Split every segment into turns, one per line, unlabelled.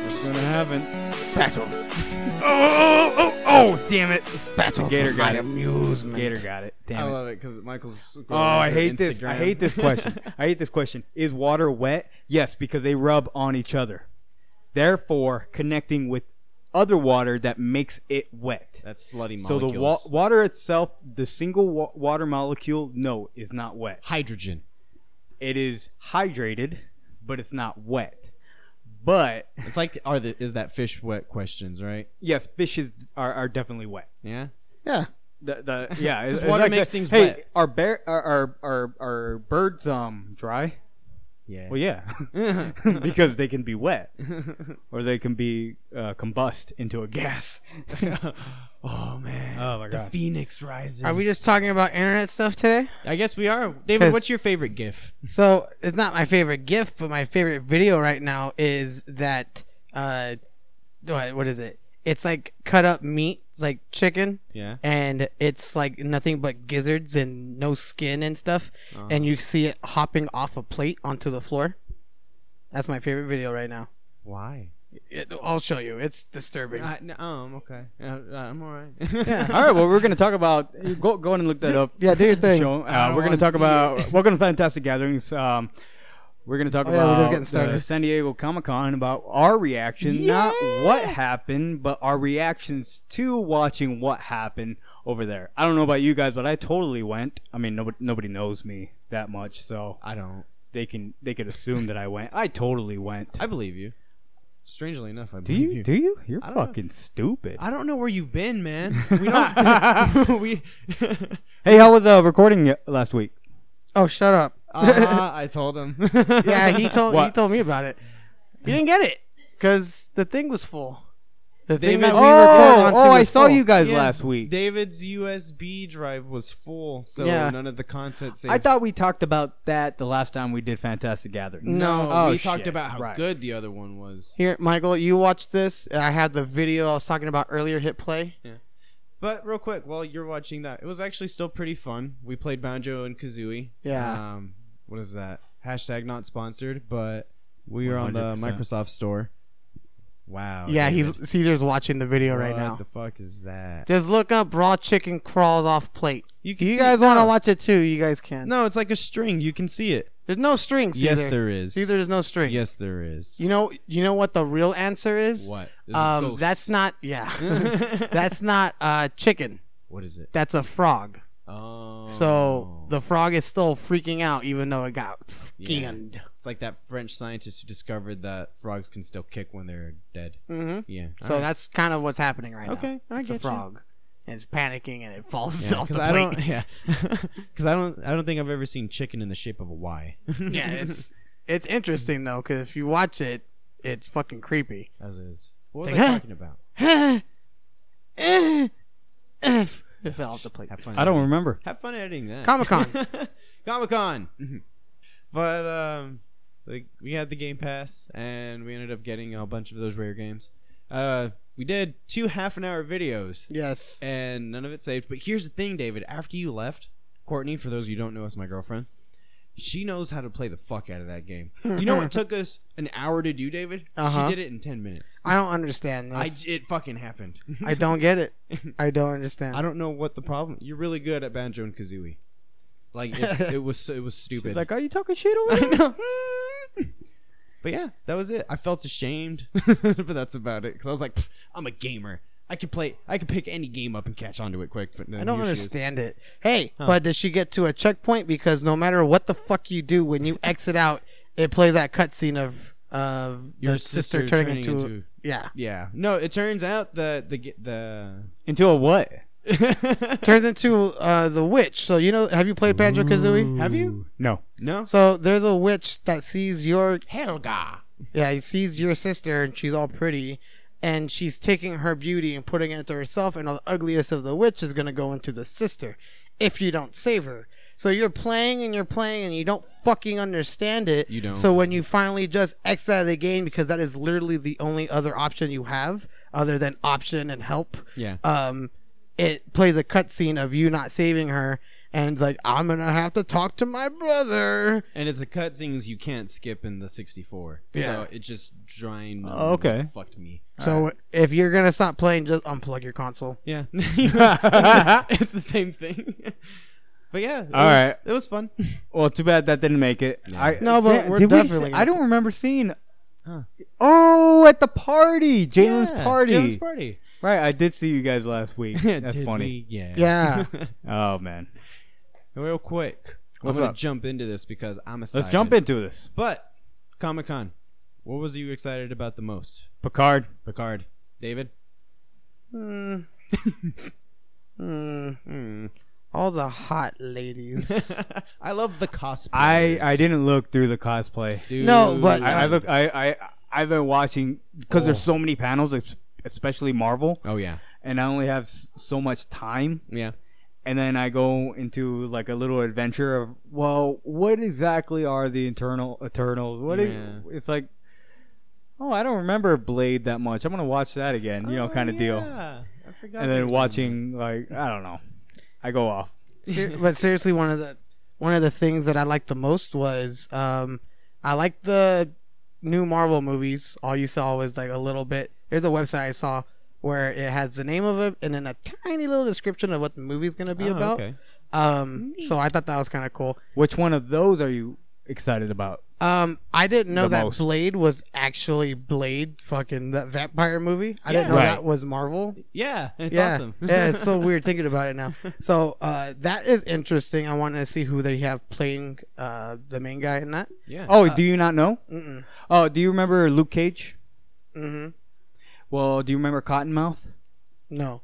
haven't.
Battle. Oh, oh, oh, oh, damn it.
Battle
Gator
for
got
my
it.
amusement. Gator got it. Damn
I
it.
love it because Michael's.
Oh, I hate this. I hate this question. I hate this question. Is water wet? Yes, because they rub on each other, therefore connecting with other water that makes it wet.
That's slutty
So
molecules.
the wa- water itself, the single wa- water molecule, no, is not wet.
hydrogen.
It is hydrated, but it's not wet. But
It's like are the is that fish wet questions right?
yes, fishes are, are definitely wet.
Yeah.
Yeah.
The, the, yeah, it's, it's
water
like
makes
the-
things
hey,
wet.
Are, bear, are, are, are, are birds um dry?
Yeah.
Well, yeah, because they can be wet, or they can be uh, combust into a gas.
oh man.
Oh, my
The
God.
phoenix rises.
Are we just talking about internet stuff today?
I guess we are. David,
'Cause-
what's your favorite GIF?
So it's not my favorite GIF, but my favorite video right now is that. Uh, what, what is it? It's like cut up meat, it's like chicken,
Yeah.
and it's like nothing but gizzards and no skin and stuff. And you see it hopping off a plate onto the floor. That's my favorite video right now.
Why?
It, I'll show you. It's disturbing.
I, no, um, okay. Uh, uh, I'm all right.
All right, well, we're gonna talk about. Go, go on and look that up.
yeah, do your thing.
Show-
I
uh,
don't
we're gonna
wanna
talk
see
about.
it.
Welcome to Fantastic Gatherings. Um, we're gonna talk
Oh, yeah, we're
about
just getting
the
started.
San Diego Comic Con about our reaction, not what happened, but our reactions to watching what happened over there. I don't know about you guys, but I totally went. I mean, nobody nobody knows me that much, so
I don't.
they can they could assume that I went. I totally went.
I believe you. Strangely enough, I
do
believe
you,
you.
Do you? You're
don't know.
fucking stupid.
I don't know where you've been, man. We don't. we.
hey, how was uh, recording y- last week?
Oh, shut up.
uh, I told him.
yeah, he told he
What?
told me about it. You didn't get it because the thing was full. The thing
David-
that we recorded
oh,
onto
oh, I
was
saw
full.
you guys
Yeah,
last week.
David's USB drive was full, so
Yeah.
none of the content saved.
I thought we talked about that the last time we did Fantastic Gatherings.
no,
Oh,
we talked
shit,
about how
right.
good the other one was.
Here, Michael, you watched this. I had the video I was talking about earlier. Hit play.
But real quick, while you're watching that, it was actually still pretty fun. We played banjo and kazooie.
Yeah.
Um, what is that? Hashtag not sponsored, but we were on the
100%.
Microsoft Store. Wow.
yeah,
Oh, David.
he's Caesar's watching the video right
What
now.
The fuck is that?
Just look up raw chicken crawls off plate.
You
If
can
you
see
guys
it
want to
now.
watch it too? You guys can.
No, it's like a string. You can see it.
there's no string. Caesar.
Yes, there is.
Caesar, there's no string.
Yes, there is.
You know, you know what the real answer is?
What? There's a
Um,
ghost.
that's not. Yeah, that's not uh chicken.
what is it?
That's a frog.
Oh.
So the frog is still freaking out, even though it got
Yeah.
skinned.
it's like that French scientist who discovered that frogs can still kick when they're dead.
Mm-hmm.
Yeah.
So that's kind of what's happening right now.
Okay, I
it's a
get you.
frog, and it's panicking, and it falls
Yeah,
off the
'cause
plate.
I don't, yeah, because I don't, I don't think I've ever seen chicken in the shape of a Y.
yeah, it's it's interesting though, because if you watch it, it's fucking creepy.
as is. What was
It's like,
I
huh?
talking about?
Eh, eh, eh, it fell off the plate.
Have fun.
I don't remember.
Have fun editing that.
Comic Con.
Comic Con.
Mm-hmm.
but um, like we had the Game Pass, and we ended up getting a bunch of those rare games. Uh, we did two half an hour videos,
yes.
and none of it saved. But here's the thing, David. After you left, Courtney, for those of you who don't know, is my girlfriend. She knows how to play the fuck out of that game. You know what took us an hour to do, David?
Uh-huh.
She did it in ten minutes.
I don't understand
I,
this.
it fucking happened.
I, don't get it. I don't understand.
I don't know what the problem. You're really good at banjo and kazooie. Like it, it was it was stupid.
It's like, are you talking shit over
I
there?
know. But yeah, that was it. I felt ashamed, but that's about it. Because I was like, "Pff, I'm a gamer. I could play. I could pick any game up and catch onto it quick. But no,
I don't
here she is.
understand it. Hey, but does she get to a checkpoint? Because no matter what the fuck you do, when you exit out, it plays that cutscene of of
Your
the sister,
sister turning
turning, into,
into-
yeah,
Yeah. No, it turns out the the ge- the.
Into a what?
turns into uh, the witch. So you know, have you played Banjo Kazooie?
Have you?
No.
No.
So there's a witch that sees your
Helga.
yeah, he sees your sister and she's all pretty, and she's taking her beauty and putting it into herself, and the ugliest of the witch is gonna go into the sister, if you don't save her. So you're playing and you're playing and you don't fucking understand it.
You don't.
So when you finally just exit out of the game because that is literally the only other option you have, other than option and help
Yeah.
um, it plays a cutscene of you not saving her, and it's like I'm gonna have to talk to my brother.
And it's the cutscenes you can't skip in the 64.
Yeah.
So it just drained.
Oh, okay.
Fucked me.
so if you're gonna stop playing, just unplug your console.
Yeah. it's the same thing. But yeah. It
All
was,
right.
It was fun.
Well, too bad that didn't make it.
Yeah.
I,
No, but we're
we
definitely
see-
gonna-
I don't remember seeing.
Huh.
Oh, at the party, Jalen's
Yeah,
party.
Jalen's party.
Right, I did see you guys last week. That's
Did
funny.
we? Yeah.
Yeah.
Oh man,
Real quick.
What's
I'm gonna
up?
jump into this because I'm a.
let's jump into this.
But Comic Con, what was you excited about the most?
Picard.
Picard, David.
Mm. Mm. All the hot ladies.
I love the cosplay.
I I didn't look through the cosplay.
No, but-
I, I look. I I I've been watching because there's so many panels, es- especially Marvel,
oh yeah,
and I only have s- so much time.
yeah.
And then I go into like a little adventure of well, what exactly are the internal Eternals? What i-
Yeah.
it's like. Oh, I don't remember Blade that much. I'm gonna watch that again.
Oh,
You know, kind of deal.
I forgot.
and then
they were doing
watching like I don't know. I go off.
Ser- but seriously, one of the one of the things that I liked the most was um, I liked the new Marvel movies. All you saw was like a little bit. There's a website I saw where it has the name of it and then a tiny little description of what the movie's gonna be
that. Oh,
about.
okay.
Um, so I thought that was kind of cool.
Which one of those are you excited about?
Um, I didn't know
The
that
most.
Blade was actually Blade, fucking that vampire movie. I didn't
Yeah.
know
Right.
that was Marvel.
Yeah, it's
yeah,
awesome.
yeah, it's so weird thinking about it now. So uh, that is interesting. I want to see who they have playing uh, the main guy in that.
yeah.
Oh, do you not know?
Mm-mm.
Oh, do you remember Luke Cage?
hmm
Well, do you remember Cottonmouth?
No.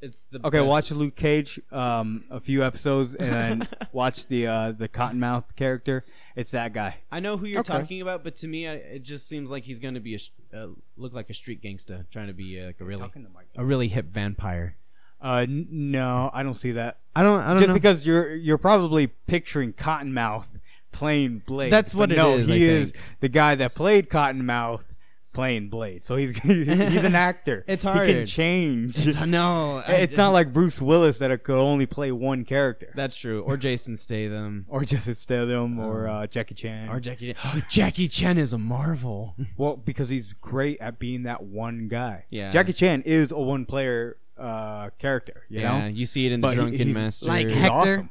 it's the
Okay,
best.
watch Luke Cage um, a few episodes and then watch the uh, the Cottonmouth character. It's that guy.
I know who you're
Okay.
talking about, but to me, I, it just seems like he's going to be a sh- uh, look like a street gangster trying to be uh, like a really a really hip vampire.
Uh, n- no, I don't see that.
I don't. I don't
Just
know.
because you're you're probably picturing Cottonmouth playing Blade.
That's what
but
it
no,
is, I
He is
think.
the guy that played Cottonmouth playing Blade. So he's he's an actor.
It's
He
harder.
can change.
It's- no, I-
It's not like Bruce Willis that could only play one character,
that's true. Or Jason Statham.
or Joseph Statham, or uh, Jackie Chan.
Oh. Or Jackie. Jackie Chan is a marvel.
well, because he's great at being that one guy.
Yeah.
Jackie Chan is a one-player uh, character. You
yeah,
know,
you see it in
But
the
he-
Drunken
he's-
Master.
Like
He's
Hector?
awesome.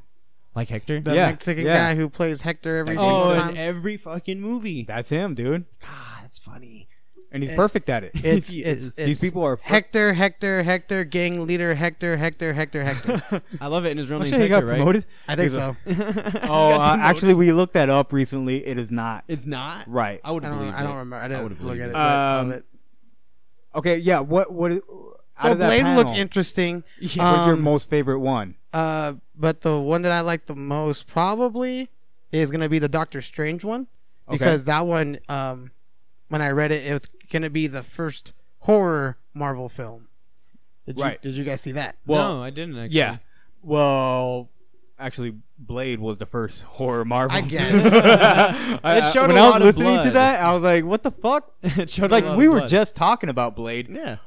Like Hector.
The
Yeah,
Mexican
yeah.
guy who plays Hector every single
oh,
time.
in every fucking movie.
That's him, dude,
God, that's funny.
and he's
It's-
perfect at it.
it's,
He
it's,
is.
it's
These people are.
Hector, Hector, Hector, gang leader, Hector, Hector, Hector, Hector.
I
I love it. And his real name's
sure he
Hector,
got
right?
promoted.
I think
He's a-
so.
Oh, uh, actually, we looked that up recently. It is not
it's not.
right.
I would.
I don't. I don't remember. I
would've
didn't look
believed
at
it.
it. but I
Um,
love it.
Okay, yeah. What? What? Out
So
of that
Blade
panel,
looked interesting.
What's your
Um,
most favorite one?
Uh, but the one that I like the most probably is gonna be the Doctor Strange one
Okay.
because that one, um, when I read it, it was gonna be the first horror Marvel film. Did you,
Right.
Did you guys see that?
Well,
no, I didn't. Actually.
Yeah. Well, actually, Blade was the first horror Marvel.
I guess.
I-
It
I-
showed
when
a
I was
lot of
listening to
blood.
that, I was like, "What the fuck?"
it showed a lot
like
of
we were
blood.
just talking about Blade,
Yeah.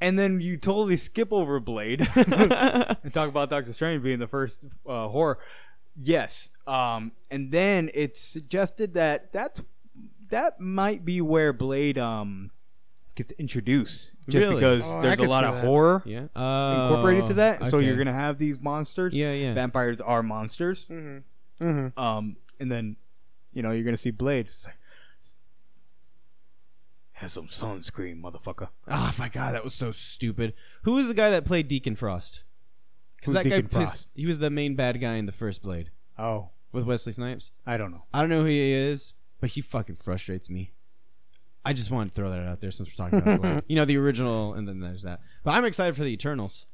and then you totally skip over Blade and talk about Doctor Strange being the first uh, horror. Yes. Um, and then it's suggested that that's that might be where Blade um gets introduced, just
Really?
because
Oh, I
there's a
could
lot
see
of
that.
horror
yeah. Oh,
incorporated to that. So
okay.
you're gonna have these monsters.
Yeah, yeah.
Vampires are monsters.
Mm-hmm. Mm-hmm.
Um, and then, you know, you're gonna see Blade. It's like, have some sunscreen, motherfucker.
Oh my god, that was so stupid. Who was the guy that played Deacon Frost?
Who's
Because that
Deacon
guy pissed.
Frost?
He was the main bad guy in the first Blade
Oh,
with Wesley Snipes.
I don't know.
I don't know who he is, but he fucking frustrates me. I just wanted to throw that out there since we're talking about Blade. you know the original, and then there's that. But I'm excited for the Eternals.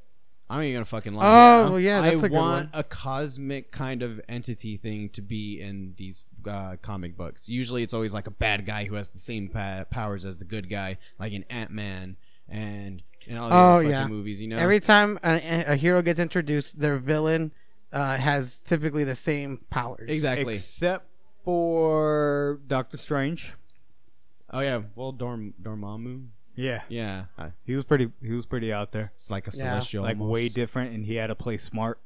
I'm even gonna fucking lie.
Oh,
now.
well, yeah, that's
I
a good
want
one.
a cosmic kind of entity thing to be in these uh, comic books. Usually, it's always like a bad guy who has the same pa- powers as the good guy, like an Ant Man and and all the
Oh,
other fucking
yeah.
movies. You know,
Every time a, a hero gets introduced, their villain uh, has typically the same powers.
Exact- Exactly.
Except for Doctor Strange.
oh yeah, well Dorm Dormammu,
Yeah,
yeah,
he was pretty. He was pretty out there.
it's like a
Yeah.
celestial,
Like way
almost.
different, and he had to play smart.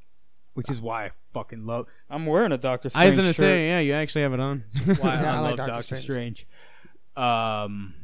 which is why I fucking love. I'm wearing a Doctor Strange
I was gonna
shirt.
say, yeah, you actually have it on.
why
Yeah,
I,
I like
love
Doctor
Doctor, Strange. Um,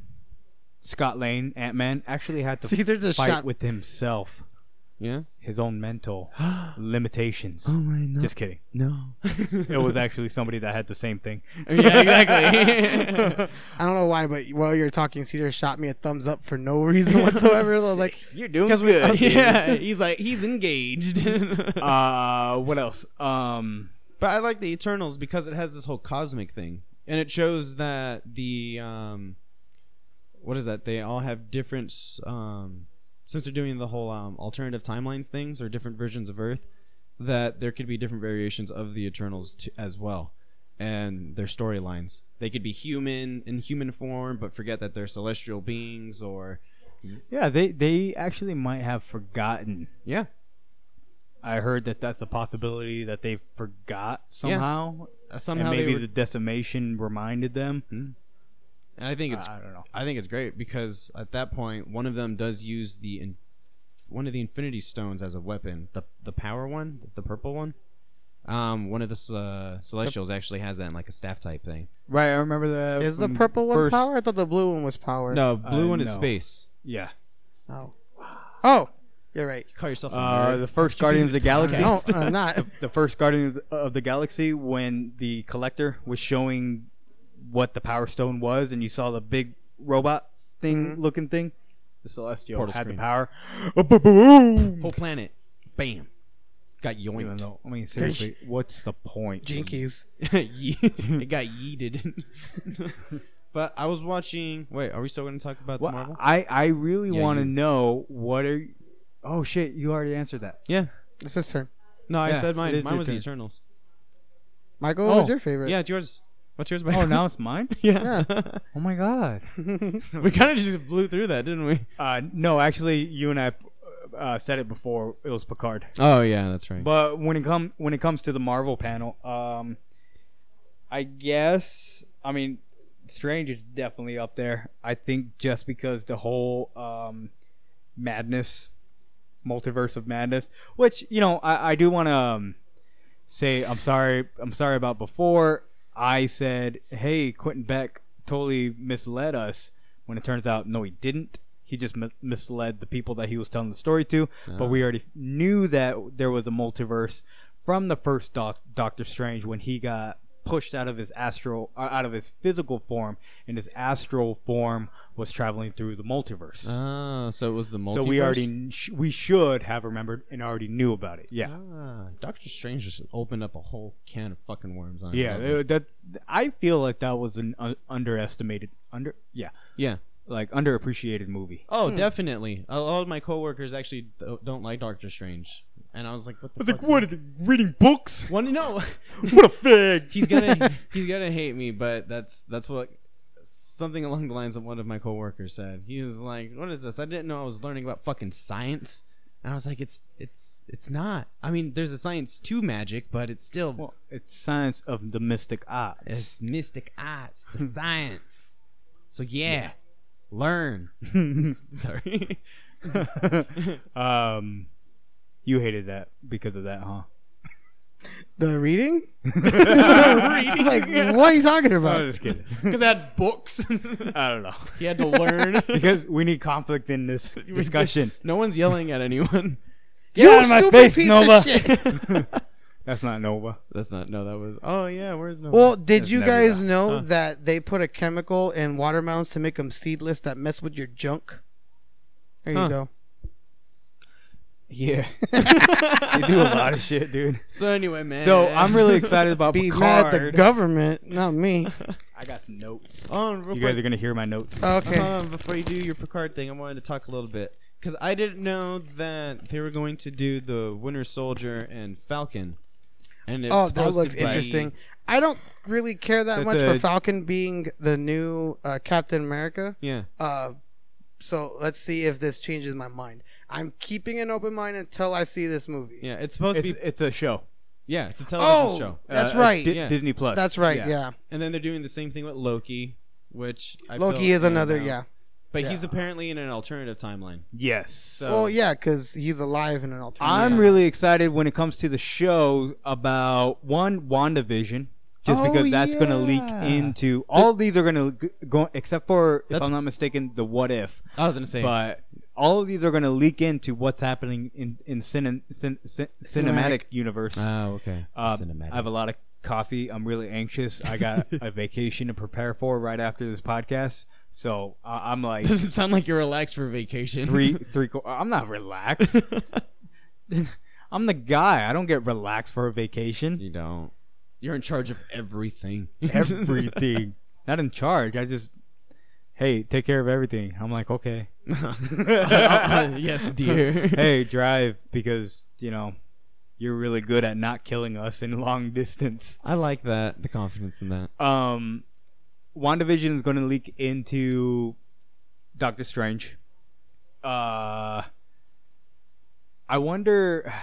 Scott Lane, Ant Man, actually had to
See, there's a
fight
shot.
with himself,
yeah.
his own mental limitations.
Oh my no!
Just kidding.
no.
It was actually somebody that had the same thing.
yeah, exactly.
I don't know why, but while you're talking, Cedar shot me a thumbs up for no reason whatsoever. So I was like,
You're doing
Because we-
good.
yeah, he's like he's engaged.
Uh, what else? Um,
But I like the Eternals because it has this whole cosmic thing, and it shows that the um, what is that? They all have different um, since they're doing the whole um, alternative timelines things or different versions of Earth, that there could be different variations of the Eternals t- as well, and their storylines. They could be human in human form, but forget that they're celestial beings, or
yeah, they they actually might have forgotten.
yeah,
I heard that that's a possibility that they forgot somehow,
uh, somehow
and
they
maybe
were-
the decimation reminded them.
and I think it's
I don't know.
I think it's great because at that point, one of them does use the in, one of the Infinity Stones as a weapon. The the power one, the purple one. Um, one of the s- uh, Celestials actually has that in like a staff type thing.
Right, I remember the
"Is the
from
purple one
Mm, first-
power? I thought the blue one was power."
No, blue
Uh,
one is
no.
space.
Yeah,
Oh. Oh, you're right.
You call yourself a
Uh,
nerd.
the first Guardians of the Galaxy.
No, I'm not.
The first Guardians of the Galaxy, when the Collector was showing what the Power Stone was, and you saw the big robot thing
Mm-hmm.
looking thing, the Celestial
Portal
had
screen.
the power. Boom!
whole planet, bam, got yoinked.
I mean, seriously, what's the point?
Jinkies.
Ye- it got yeeted. but I was watching. Wait, are we still going to talk about
Well,
the Marvel?
I I really
Yeah,
want to
you-
know what are. Oh shit! You already answered that.
Yeah.
It's his turn.
No, I
Yeah,
said mine.
it is
Mine
your
was the
turn.
Eternals.
Michael,
Oh,
what's your favorite?
Yeah, it's yours. What's yours?
Oh,
Michael?
now it's mine.
yeah.
Oh my god.
we kind of just blew through that, didn't we?
Uh, no, actually, you and I uh, said it before. It was Picard.
Oh yeah, that's right.
But when it come when it comes to the Marvel panel, um, I guess I mean Strange is definitely up there. I think just because the whole um, madness, multiverse of madness, which you know I, I do want to um, say I'm sorry I'm sorry about before I said hey Quentin Beck totally misled us when it turns out no he didn't he just mi- misled the people that he was telling the story to but we already knew that there was a multiverse from the first doc- Doctor Strange when he got pushed out of his astral uh, out of his physical form and his astral form was traveling through the multiverse
Ah, so it was the multiverse.
so we already kn- sh- we should have remembered and already knew about it yeah
Ah, Doctor Strange just opened up a whole can of fucking worms on.
Yeah,
it.
that I feel like that was an un- underestimated, under yeah,
yeah.
like underappreciated movie.
Oh, definitely. A lot of my coworkers actually th- don't like Doctor Strange, and I was like, "What the fuck?"
are they reading books?
One, no,
What a fag!
he's gonna he's gonna hate me, but that's that's what something along the lines of one of my coworkers said. He was like, "What is this? I didn't know I was learning about fucking science." And I was like, "It's it's it's not. I mean, there's a science to magic, but it's still
well, it's science of the mystic odds.
It's mystic arts, the science. So yeah, learn. Sorry.
um, you hated that because of that, huh?
The reading? It's like, what are you talking
I
about?
was just kidding.
Because I had books.
I don't know
he had to learn.
because we need conflict in this discussion.
no one's yelling at anyone.
Get out of my
stupid
face,
piece of
Nova.
shit.
That's not Nova.
That's not. No, that was. Oh yeah, where's no?
Well, did
That's
you
never
guys
that.
know that they put a chemical in watermelons to make them seedless that mess with your junk? There you
Huh.
go.
Yeah, they do a lot of shit, dude.
so anyway, man.
So I'm really excited about
Be mad at the
Picard.
government, not me.
I got some notes.
Oh, and real
You
quick,
guys are gonna hear my notes.
Okay. Oh,
Um, before you do your Picard thing, I wanted to talk a little bit because I didn't know that they were going to do the Winter Soldier and Falcon. And it's
oh, that
supposed to
looks
be-
interesting. I don't really care that
That's
much for
a-
Falcon being the new uh, Captain America.
Yeah.
Uh, so let's see if this changes my mind. I'm keeping an open mind until I see this movie.
Yeah, it's supposed
It's,
to be.
it's a show.
Yeah, it's a television
Oh,
show.
that's
Uh,
right.
Di-
Yeah.
Disney Plus.
That's right. Yeah.
And then they're doing the same thing with Loki, which I
Loki
feel
is another.
now.
Yeah.
But he's
Yeah.
apparently in an alternative timeline.
Yes.
So
Well, yeah, because he's alive in an alternative.
I'm
timeline.
really excited when it comes to the show about one WandaVision, just
Oh,
because that's going to leak
yeah.
into all these are going to go except for if
That's-
I'm not mistaken the What If,
I was gonna say,
but all of these are going to leak into what's happening in in cine, cin, cin, cinematic
Cinematic.
universe.
oh okay,
Uh,
cinematic.
I have a lot of coffee. I'm really anxious. I got a vacation to prepare for right after this podcast, so uh, I'm like
Doesn't sound like you're relaxed for vacation.
three three. qu- I'm not relaxed. I'm the guy. I don't get relaxed for a vacation.
you don't. You're in charge of everything.
Everything. Not in charge. I just, hey, take care of everything. I'm like, okay.
yes, dear.
Hey, drive because, you know, you're really good at not killing us in long distance.
I like that. The confidence in that.
Um, WandaVision is going to leak into Doctor Strange. Uh, I wonder.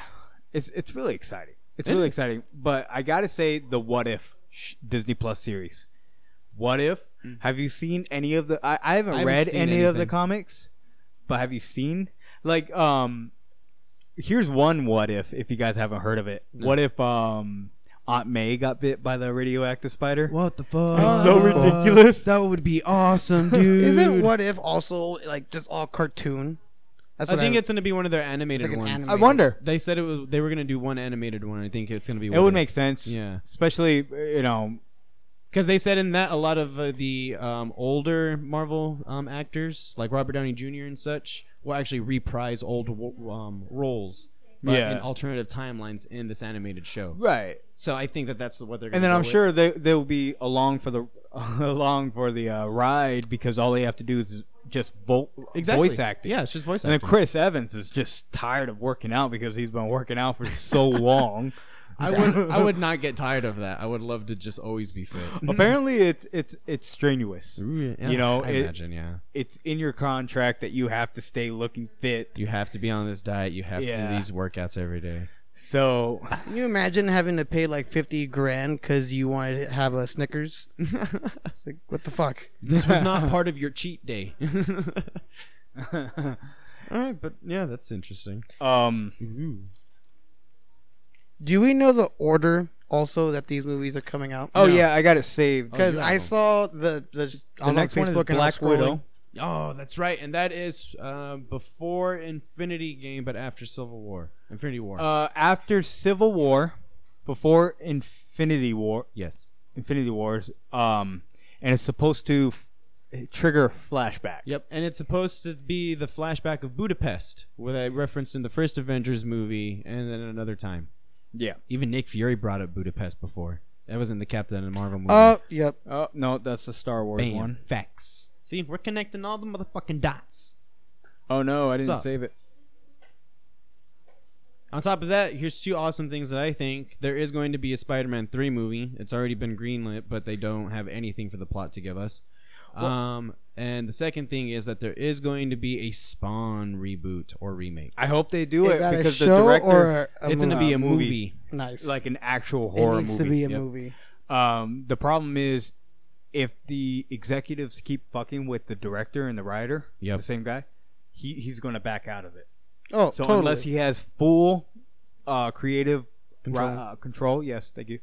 It's it's really exciting. It's
It
really
is.
exciting. But I gotta say, the What If sh- Disney Plus series. What if? Have you seen any of the? I, I haven't
Mm. I haven't
read
seen
any of the
anything.
comics, but have you seen like um? Here's one what if if you guys haven't heard of it. What if um Aunt May got bit by the radioactive spider?
What the fuck?
It's so ridiculous.
Oh, That would be awesome, dude.
Isn't what if also like just all cartoon? That's
I
what
think it's gonna be one of their animated
like an
ones.
I
animated-
wonder.
They said it was. They were gonna do one animated one. I think it's gonna be.
It would make sense.
Yeah.
Especially you know
because they said in that a lot of uh, the um, older Marvel um, actors, like Robert Downey Jr. and such, will actually reprise old wo- um, roles. But
Yeah.
in alternative timelines in this animated show.
right.
So I think that that's what they're. Gonna
And then
go
I'm
with.
sure they they'll be along for the along for the uh, ride because all they have to do is just vo-
exactly
voice acting.
Yeah, it's just voice
And then
acting.
Chris Evans is just tired of working out because he's been working out for so long.
I would I would not get tired of that. I would love to just always be fit.
Apparently, it's it's it's strenuous. You know,
I
Oh, it-
imagine, yeah.
It's in your contract that you have to stay looking fit.
You have to be on this diet. You have to
Yeah.
do these workouts every day.
So
Can you imagine having to pay like fifty grand because you wanted to have a Snickers? it's like what the fuck?
This was not part of your cheat day. All right, but yeah, that's interesting.
um,
Do we know the order also that these movies are coming out?
oh yeah, I Oh, got it saved.
because
you have
I
them.
saw the the,
the
I was
next
on
one is
Facebook and I was
Black Widow.
scrolling.
Oh, that's right, and that is uh, before Infinity Game, but after Civil War, Infinity War.
Uh, after Civil War, before Infinity War,
yes.
Infinity Wars, um, and it's supposed to f- trigger flashback.
Yep, and it's supposed to be the flashback of Budapest, what I referenced in the first Avengers movie, and then another time.
Yeah.
Even Nick Fury brought up Budapest before. That was in the Captain Marvel movie.
Oh yep.
Oh no, that's the Star Wars
Bam.
one.
Facts. See, we're connecting all the motherfucking dots.
Oh no, I didn't
Suck.
save it.
On top of that, here's two awesome things that I think. There is going to be a Spider-Man 3 movie. It's already been greenlit, but they don't have anything for the plot to give us. um, and the second thing is that there is going to be a Spawn reboot or remake.
I hope they do
Is
it
that a
because the
show
director
or a
it's going to
movie.
be
Uh,
a
movie.
movie.
Nice.
like an actual
it
horror
needs
movie.
to be a
yep.
movie.
Um, the problem is if the executives keep fucking with the director and the writer,
Yep.
the same guy, he, he's going to back out of it.
Oh,
So
totally.
unless he has full uh, creative
Control.
ri- uh, control, yes, thank you.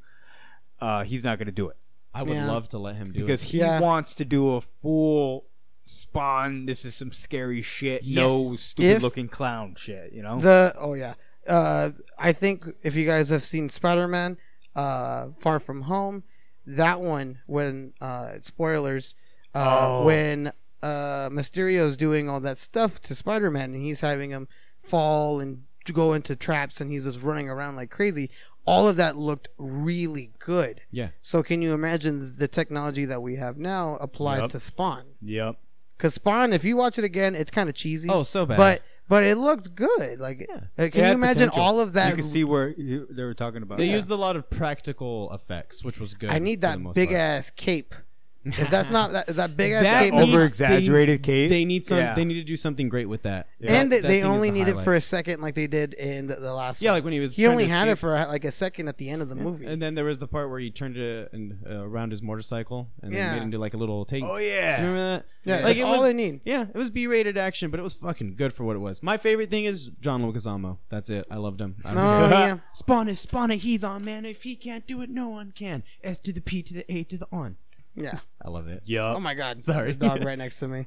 Uh, he's not going to do it
I would
Yeah.
love to let him do
because
it.
he
Yeah.
wants to do a full spawn. This is some scary shit. No
Yes.
stupid
If-
looking clown shit. You know.
The oh yeah. Uh, I think if you guys have seen Spider Man, uh, Far From Home, that one when uh, spoilers, uh,
Oh.
when uh, Mysterio's doing all that stuff to Spider Man and he's having him fall and go into traps and he's just running around like crazy. All of that looked really good.
Yeah.
So can you imagine the technology that we have now applied
Yep.
to Spawn?
yep.
Because Spawn, if you watch it again, it's kind of cheesy.
Oh, so bad.
But but it looked good. Like,
Yeah.
uh,
It
can
had
you imagine
potential.
all of
you
that?
can see where you, they were talking about.
they
that.
used a lot of practical effects, which was good.
I need
for the
that
most
big
part.
ass cape. If that's not that, that big ass
That
cape,
needs-
Over exaggerated Kate.
They need some.
Yeah.
They need to do something great with that.
and they,
That
they
thing is
only
the
need it
highlight.
for a second, like they did in the, the last.
yeah,
one.
like when he was.
he
trying
only
to
had
escape.
it for uh, like a second at the end of the movie.
And then there was the part where he turned it and, uh, around his motorcycle and
Yeah.
then made into like a little take.
Oh yeah.
Remember that?
yeah,
like
that's
it
all
was,
they need.
Yeah, it was B-rated action, but it was fucking good for what it was. My favorite thing is John Leguizamo. That's it. I loved him. I don't
Oh
care.
yeah,
Spawn is Spawner. He's on, man. If he can't do it, no one can. S to the P to the A to the on.
yeah.
I love it.
Yup.
Oh my god,
Sorry.
The dog right next to me.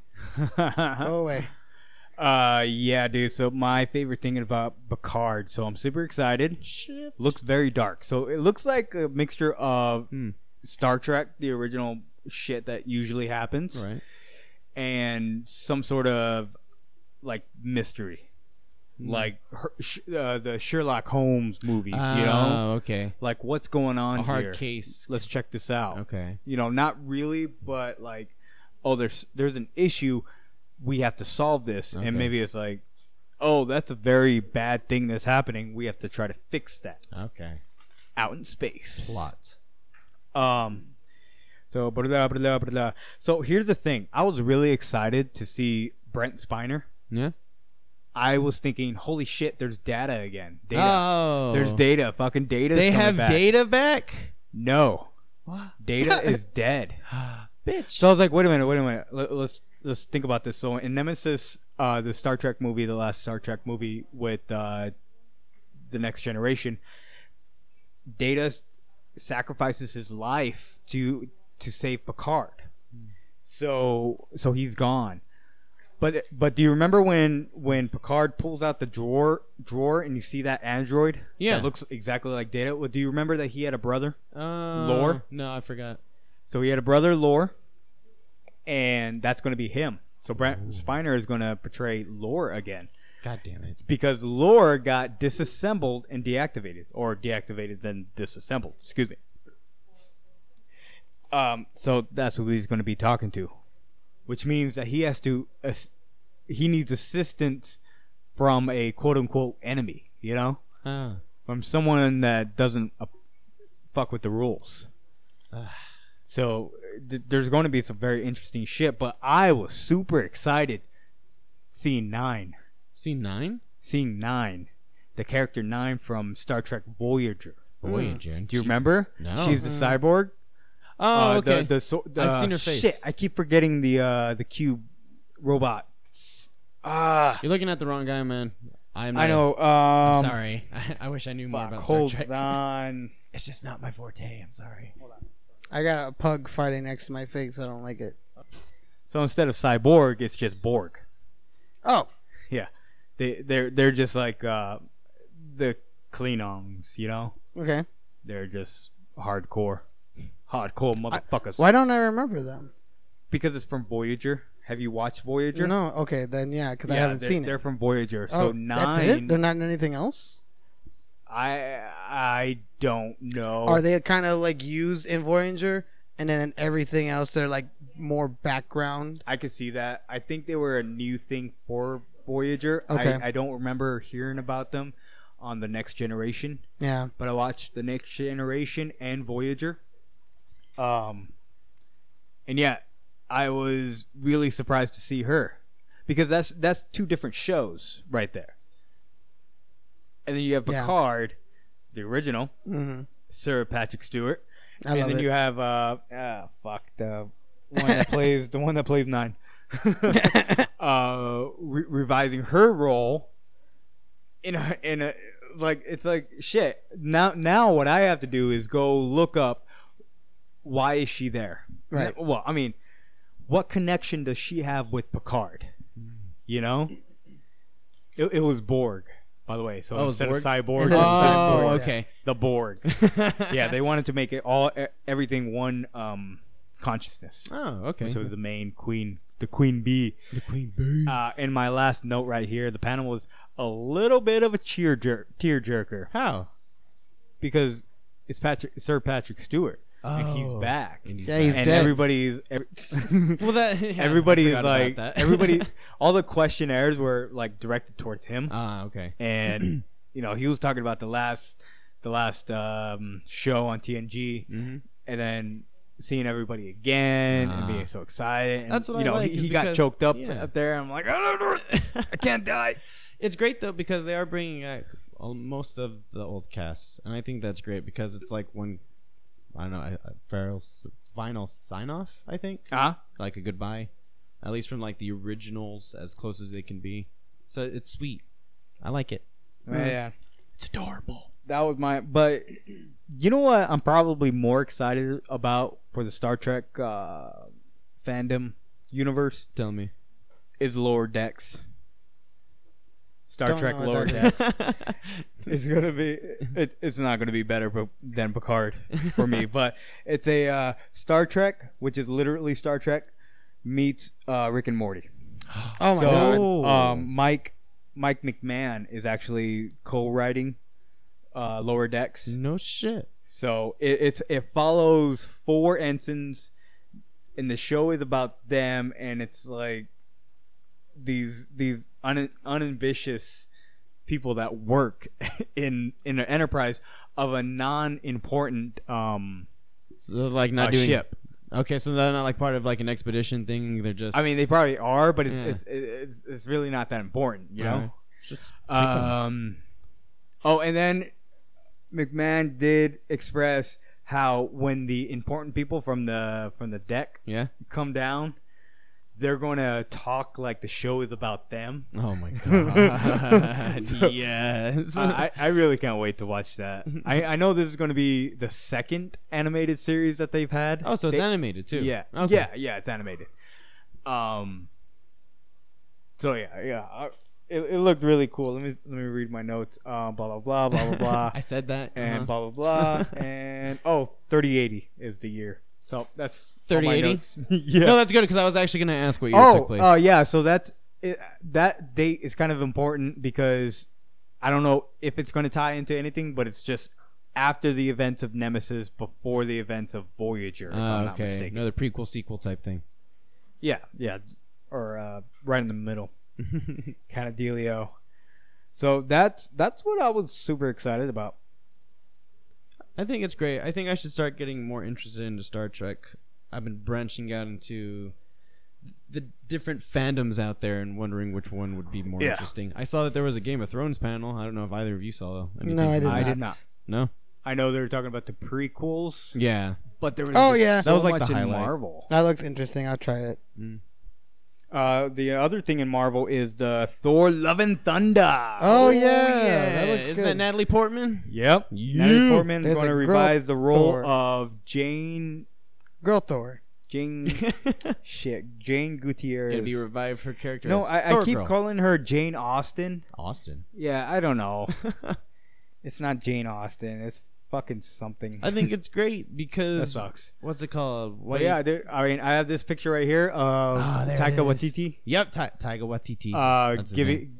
Oh wait,
uh, yeah, dude. So my favorite thing about Picard. So I'm super excited. Looks very dark. So it looks like a mixture of
Hmm.
Star Trek, the original shit that usually happens,
Right.
and some sort of like mystery,
Hmm.
like her, sh- uh, the Sherlock Holmes movies. you know,
Oh, okay.
like what's going on
A hard
here?
case.
Let's check this out.
Okay.
you know not really but like oh there's there's an issue we have to solve this
Okay.
and maybe it's like oh that's a very bad thing that's happening we have to try to fix that
Okay.
out in space
Plot.
um so blah, blah, blah, blah, blah. so here's the thing i was really excited to see brent spiner
Yeah.
i was thinking holy shit there's data again data
Oh.
there's data fucking data
They have
back.
data back.
no
What?
data is dead
Bitch.
So I was like, wait a minute, wait a minute. Let, let's let's think about this. So in Nemesis, uh, the Star Trek movie, the last Star Trek movie with uh, the Next Generation, Data s- sacrifices his life to to save Picard. So so he's gone. But but do you remember when when Picard pulls out the drawer drawer and you see that android?
Yeah.
that looks exactly like Data. Well, do you remember that he had a brother?
Uh,
Lore?
No, I forgot.
So he had a brother, Lore, and that's going to be him. So Brent Spiner is going to portray Lore again
God damn it.
because Lore got disassembled and deactivated, or deactivated then disassembled. Excuse me. Um, so that's who he's going to be talking to, which means that he has to, ass- he needs assistance from a quote unquote enemy. You know,
Ah.
from someone that doesn't uh, fuck with the rules. so th- there's going to be some very interesting shit. But I was super excited seeing Nine,
Scene nine.
seeing Nine, the character Nine from Star Trek Voyager.
Voyager.
Do you remember?
No.
She's the cyborg.
Oh,
Uh,
okay.
The, the, so- the-
I've seen her face.
Shit, I keep forgetting the uh, the cube robot. Ah,
You're looking at the wrong guy, man. I am. Not
I know. Um,
I'm sorry. I, I wish I knew more
fuck,
about Star
hold
Trek.
on.
It's just not my forte. I'm sorry.
I got a pug fighting next to my face. I don't like it.
So instead of cyborg, it's just Borg.
Oh,
they they're they're just like uh the Klingons, you know?
okay.
They're just hardcore. Hardcore motherfuckers.
Why don't I remember them?
Because it's from Voyager. Have you watched Voyager?
No, okay, then yeah, because I
Yeah,
haven't
they're,
seen
They're
it.
from Voyager.
Oh,
so
That's it. They're
nine
not in anything else.
I I don't know.
Are they kind of like used in Voyager, and then in everything else they're like more background?
I could see that. I think they were a new thing for Voyager.
Okay.
I, I don't remember hearing about them on the next generation.
Yeah.
but I watched The Next Generation and Voyager. Um, and yeah, I was really surprised to see her because that's that's two different shows right there. And then you have
Yeah.
Picard, the original,
hmm
Sir Patrick Stewart,
I
and
love
then
it.
you have uh, ah, fuck the one that plays the one that plays nine, uh, re- revising her role in a in a like it's like shit. Now now what I have to do is go look up why is she there?
Right.
Well, I mean, what connection does she have with Picard?
Mm.
You know, it, it was Borg. By the way, so
Oh, it was
instead of cyborg,
Borg?
Instead of
oh,
cyborg.
okay. the Borg
okay.
yeah, they wanted to make it all e- everything one um consciousness.
Oh, okay.
Which was the main queen, the queen bee.
the Queen Bee.
Uh, in my last note right here, the panel was a little bit of a cheer jer- tear jerker
How?
because it's Patrick, Sir Patrick Stewart, and he's
Oh.
back,
And he's
Yeah, he's
and
dead.
everybody's every,
well, that yeah, I
everybody's
forgot about
like
that.
everybody. All the questionnaires were like directed towards him,
Ah, okay.
and you know he was talking about the last, the last um, show on TNG,
Mhm.
and then seeing everybody again and being so excited. And,
Ah. That's what
you
I
know.
like,
he
is
he got
because-
choked up
yeah.
up there. I'm like, I don't know, I can't die.
It's great though because they are bringing back all- most of the old casts, and I think that's great because it's like when I don't know I- I- Farrell's final sign off. I think
Huh?
like a goodbye, at least from like the originals as close as they can be. So it's sweet. I like it.
Yeah.
Mm. It's adorable.
that was my but you know what i'm probably more excited about for the star trek uh fandom universe
Tell me.
is lower decks star
Don't
trek
know what
lower
that
decks it's gonna be it, it's not gonna be better but, than picard for me but it's a uh star trek which is literally star trek meets uh rick and morty
Oh my god.
so
God.
um, Mike Mike McMahon is actually co-writing uh, Lower Decks.
no shit.
So it, it's it follows four ensigns, and the show is about them, and it's like these these un, unambitious people that work in in an enterprise of a non-important um
So they're, like not
uh,
doing
ship.
Okay, so they're not like part of like an expedition thing. They're just.
I mean, they probably are, but it's
Yeah.
it's, it's it's really not that important, you know.
Alright. just
Um, oh, and then McMahon did express how when the important people from the from the deck
yeah.
come down, they're going to talk like the show is about them.
Oh my god.
So-
yes.
I, I I really can't wait to watch that. I, I know this is going to be the second animated series that they've had.
oh, so it's
They-
animated too.
Yeah.
Okay.
Yeah, yeah, it's animated. Um So yeah, yeah. I, it, it looked really cool. Let me let me read my notes. Um blah blah blah blah blah blah.
I said that.
and
uh-huh.
blah blah blah and oh 3080 is the year. So that's all my
3080?
notes. yeah.
No, that's good because I was actually gonna ask what year it took
oh,
place.
uh, yeah, so that's it, that date is kind of important because I don't know if it's going to tie into anything, but it's just after the events of Nemesis, before the events of Voyager, if I'm
Ah,
not
okay.
mistaken.
Another prequel sequel type thing.
Yeah, yeah, or uh, right in the middle, kind of dealio. So that's that's what I was super excited about.
I think it's great. I think I should start getting more interested into Star Trek. I've been branching out into the different fandoms out there and wondering which one would be more
Yeah.
interesting. I saw that there was a Game of Thrones panel. I don't know if either of you saw anything.
No, I
from
did
that.
I
not.
did not.
No.
I know they were talking about the prequels,
Yeah.
but there was
Oh,
just
yeah.
so
That was, like,
much
the
in
highlight.
Marvel.
That looks interesting. I'll try it.
Uh, the other thing in Marvel is the Thor: Love and Thunder.
Oh, yeah, that looks
Isn't
good.
that Natalie Portman?
Yep.
Yeah.
Natalie Portman
There's
going to
a girl
revise the role
Thor.
of Jane.
Girl Thor.
Jane. shit. Jane Gutierrez.
Gonna be revived her character.
no,
as
I, I
Thor
keep
Girl.
calling her Jane Austen.
Austin.
Yeah, I don't know. It's not Jane Austen. It's fucking something.
I think it's great
that
because
sucks.
what's it called?
But
White.
yeah, there, I mean, I have this picture right here of
Ah, there it
Taika
is.
Waititi
Yep. Ta- Taiga Watiti.
uh,
That's his name.
giving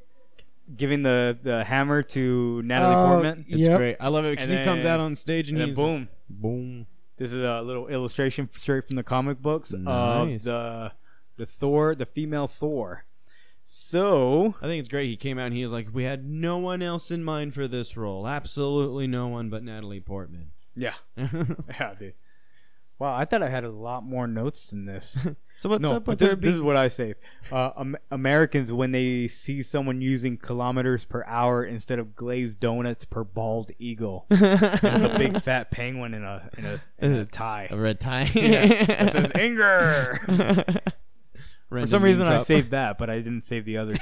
giving the, the hammer to Natalie
Oh,
Portman,
It's
Yep.
great. I love it because
And
he comes
then-
out on stage and,
and then
he's
boom.
boom.
This is a little illustration straight from the comic books
Nice.
of the the Thor, the female Thor. So
I think it's great. He came out and he was like, "We had no one else in mind for this role. Absolutely no one but Natalie Portman."
yeah,
so
yeah, dude. Wow, I thought I had a lot more notes than this.
what's
no,
up with
but
her?
this, this is what I say. Uh, Am- Americans, when they see someone using kilometers per hour instead of glazed donuts per bald eagle, and a big fat penguin in a in a, in a
a
tie.
red tie.
Yeah, it says anger. For some reason, I saved that, but I didn't save the other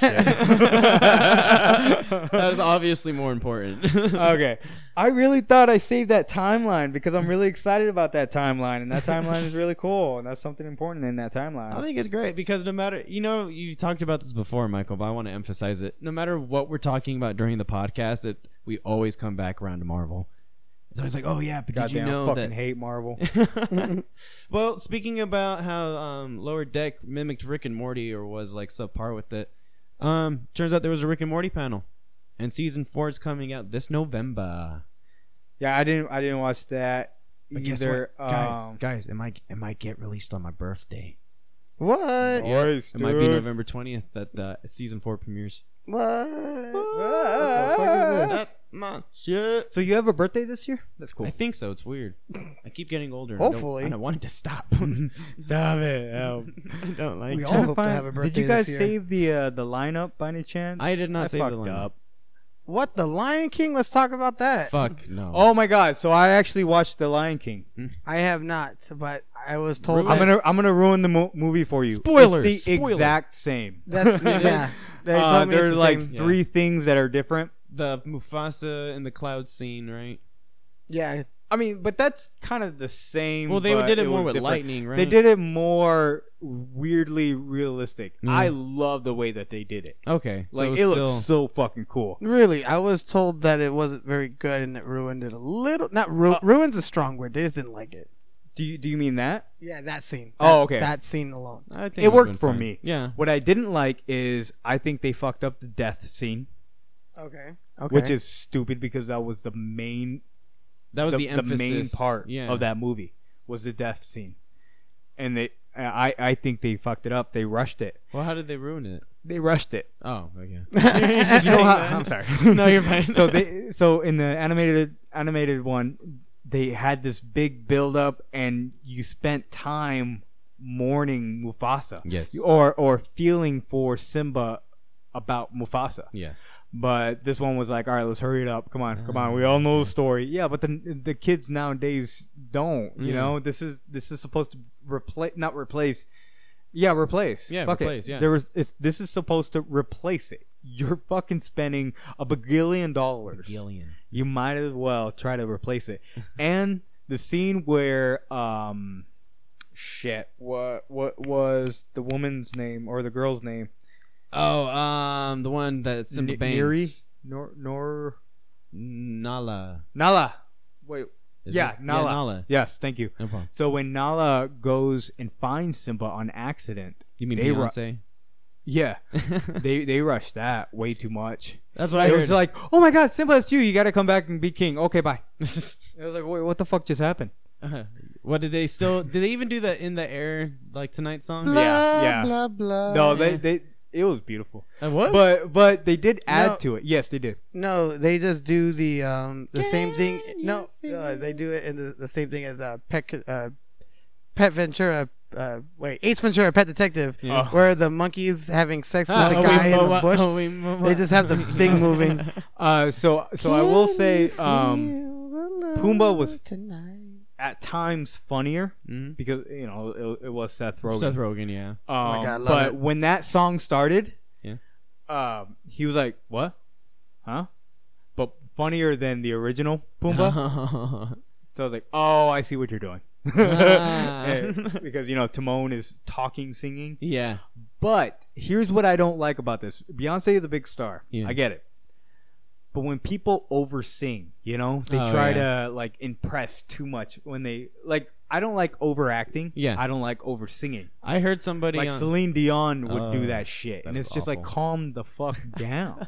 shit.
that is obviously more important.
okay. I really thought I saved that timeline because I'm really excited about that timeline, and that timeline is really cool, and that's something important in that timeline.
I think it's great because no matter you know you talked about this before, Michael, but I want to emphasize it. No matter what we're talking about during the podcast, it we always come back around to Marvel. It's always like, oh yeah, but did
Goddamn,
you know
fucking
that?
hate Marvel.
well, speaking about how um, Lower Deck mimicked Rick and Morty or was like subpar with it, um, turns out there was a Rick and Morty panel, and season four is coming out this November.
yeah, I didn't. I didn't watch that
But guess
either.
what, guys?
Um,
guys, it might it might get released on my birthday.
What?
Nice,
It might be
dude.
November twentieth that the season four premieres.
What?
What
the fuck is this?
That's my shit.
Ah. So you have a birthday this year? That's cool.
I think so. It's weird. I keep getting older. and
Hopefully.
I don't, I don't want it to stop. I
Stop it. Oh.
don't like.
We
it.
all hope to have a
Did
birthday
you guys
this year.
save the uh, the lineup by any chance?
I did not save the
fucked
lineup.
up.
What the Lion King? Let's talk about that.
Fuck no.
Oh my god! So I actually watched The Lion King.
I have not, but I was told.
I'm
that-
gonna I'm gonna ruin the mo- movie for you. It's
Spoilers,
the
spoiler.
exact same.
That's
It
yeah.
is.
They
Uh,
told me it's
there's
the
like
same.
Yeah.
three things that are different.
the Mufasa and the cloud scene, right?
Yeah,
I mean, but that's kind of the same.
Well, they
but
did it more
was
with
different.
lightning, right?
They did it more weirdly realistic.
Mm.
I love the way that they did it.
Okay, so
Like
it was
it
still
looks so fucking cool.
really. I was told that it wasn't very good and it ruined it a little. Not ru-
Uh,
ruins a strong word. They just didn't like it.
Do you do you mean that?
Yeah, that scene.
Oh,
That-
okay.
That scene alone.
I think
It
would've
worked
been
for
fine.
me.
Yeah.
What I didn't like is I think they fucked up the death scene,
Okay. Okay.
which is stupid because that was the main
That was
the,
the,
the
emphasis.
main part
yeah.
of that movie was the death scene, and they I I think they fucked it up. They rushed it.
Well, how did they ruin it?
They rushed it.
Oh, okay.
You know
saying
how-
that.
I'm sorry.
No, you're fine.
so they so in the animated animated one, they had this big build up, and you spent time mourning Mufasa.
Yes.
Or or feeling for Simba about Mufasa.
Yes.
But this one was like, all right, let's hurry it up. Come on, come
Mm.
on. We all know the story. Yeah, but the the kids nowadays don't. You
Mm.
know, this is this is supposed to replace, not replace. Yeah, replace.
Yeah,
Fuck it.
replace, yeah.
there was. It's, this is supposed to replace it. You're fucking spending a bagillion dollars.
Gillian.
You might as well try to replace it. and the scene where um, shit, what what was the woman's name or the girl's name?
Oh, um, the one that's Simba
N-
Banks.
Neri? Nor Nor
Nala.
Nala. Wait.
is
yeah,
it?
Nala.
Yeah, Nala.
Yes, thank you.
No problem.
So when Nala goes and finds Simba on accident,
You mean
They ru-
Beyonce?
yeah, they they rushed that way too much.
that's what I
it
heard.
was like, oh my God, Simba, it's you. You got to come back and be king. Okay, bye.
Uh-huh.
It was like, wait, what the fuck just happened?
what did they still? Did they even do the in the air like tonight song?
Blah. Yeah, yeah.
Blah blah.
No,
yeah.
they they it was beautiful,
It was.
but but they did add
No.
to it. Yes, they did.
No, they just do the um the same thing.
Can
No,
you
uh, they do it in the, the same thing as uh Pet uh, Pet Ventura. Uh, wait, Ace Ventura, Pet Detective,
Yeah.
Oh.
where the monkeys having sex
Ah,
with
Oh,
the guy
we
in the
mo-
bush.
oh, we mo-
They just have the thing moving.
Uh, so so I will say, um, Pumbaa was-
Tonight.
at times funnier
Mhm.
because you know it, it was Seth Rogen.
Seth Rogen, yeah.
Um,
Oh my God, I love
but
it.
when that song started,
Yeah.
um, he was like, "What? Huh?" But funnier than the original
Uh-huh.
Pumbaa. so I was like, "Oh, I see what you're doing,"
Ah.
Eh, because you know Timon is talking, singing.
yeah.
But here's what I don't like about this: Beyonce is a big star.
Yeah.
I get it. But when people over sing, you know, they
Oh,
try to like impress too much when they like. I don't like overacting.
Yeah.
I don't like over singing.
I heard somebody
Like
on-
Celine Dion would
Oh,
do that shit, and
that
it's
is
just like
awful.
calm the fuck down.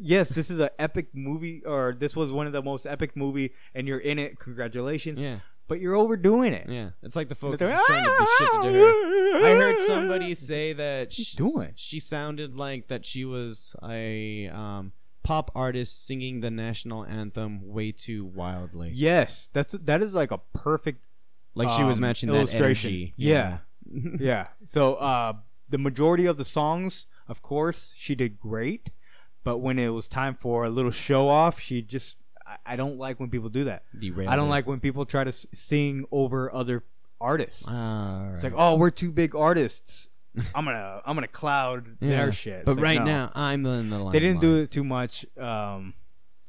yes, this is an epic movie, or this was one of the most epic movie, and you're in it. Congratulations,
Yeah,
but you're overdoing it.
yeah. It's like the folks
It's like,
just trying to do shit to her. I heard somebody say that
you
she,
doing?
she sounded like that she was a um, pop artist singing the national anthem way too wildly.
Yes, that's that is like a perfect
Like she was
um,
matching
illustration.
that energy.
Yeah. yeah. So uh, the majority of the songs, of course, she did great. But when it was time for a little show off, she just. I- I don't like when people do that.
Derailed
I don't
it.
like when people try to s- sing over other artists.
All
It's
right.
like, oh, we're two big artists. I'm gonna, I'm gonna cloud
Yeah.
their shit. It's
But
like,
right
no.
now, I'm in the line.
they didn't do it too much, um,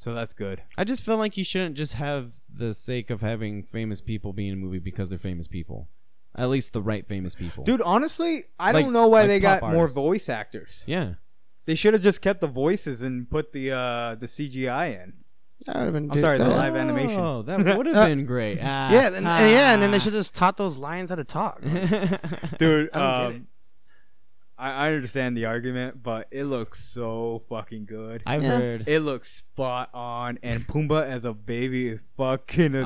so that's good.
I just feel like you shouldn't just have the sake of having famous people be in a movie because they're famous people. At least the right famous people.
Dude, honestly, I
Like-
don't know why
like
they
pop
got more
artists.
voice actors.
Yeah.
They should have just kept the voices and put the uh, the CGI in.
That would've been
I'm sorry, the
that-
live animation.
Oh, that would have
Uh,
been great. Ah.
Yeah, and, and yeah, and then they should have just taught those lions how to talk.
dude.
I don't get
um, I, I understand the argument, but it looks so fucking good.
I've
Yeah.
heard.
it looks spot on, and Pumbaa as a baby is fucking adorable.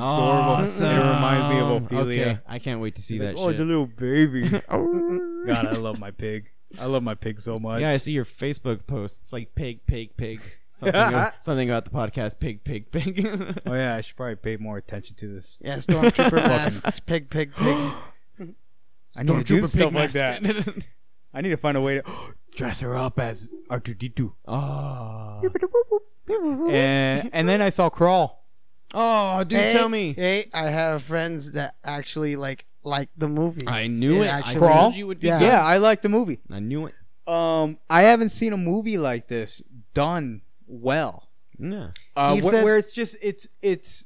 It
Awesome.
reminds me of Ophelia.
Okay, I can't wait to see
Like,
that
oh, it's a
shit.
little baby.
Oh.
God, I love my pig. I love my pig so much.
Yeah, I see your Facebook post. It's like pig, pig, pig. Something, something about the podcast pig pig pig.
Oh yeah, I should probably pay more attention to this.
Yeah, stormtrooper masks, pig, pig, pig.
I need to do stuff like that.
that.
I need to find a way to dress her up as R two D two.
oh.
And and then I saw Crawl.
Oh, dude,
Hey,
tell me.
Hey, I have friends that actually like like the movie.
I knew
Yeah,
it.
actually-
I
Crawl?
told you would do
Yeah,
Yeah.
I like the movie.
I knew it.
Um, I haven't seen a movie like this done well.
Yeah.
uh,
He
wh-
said-
where it's just it's it's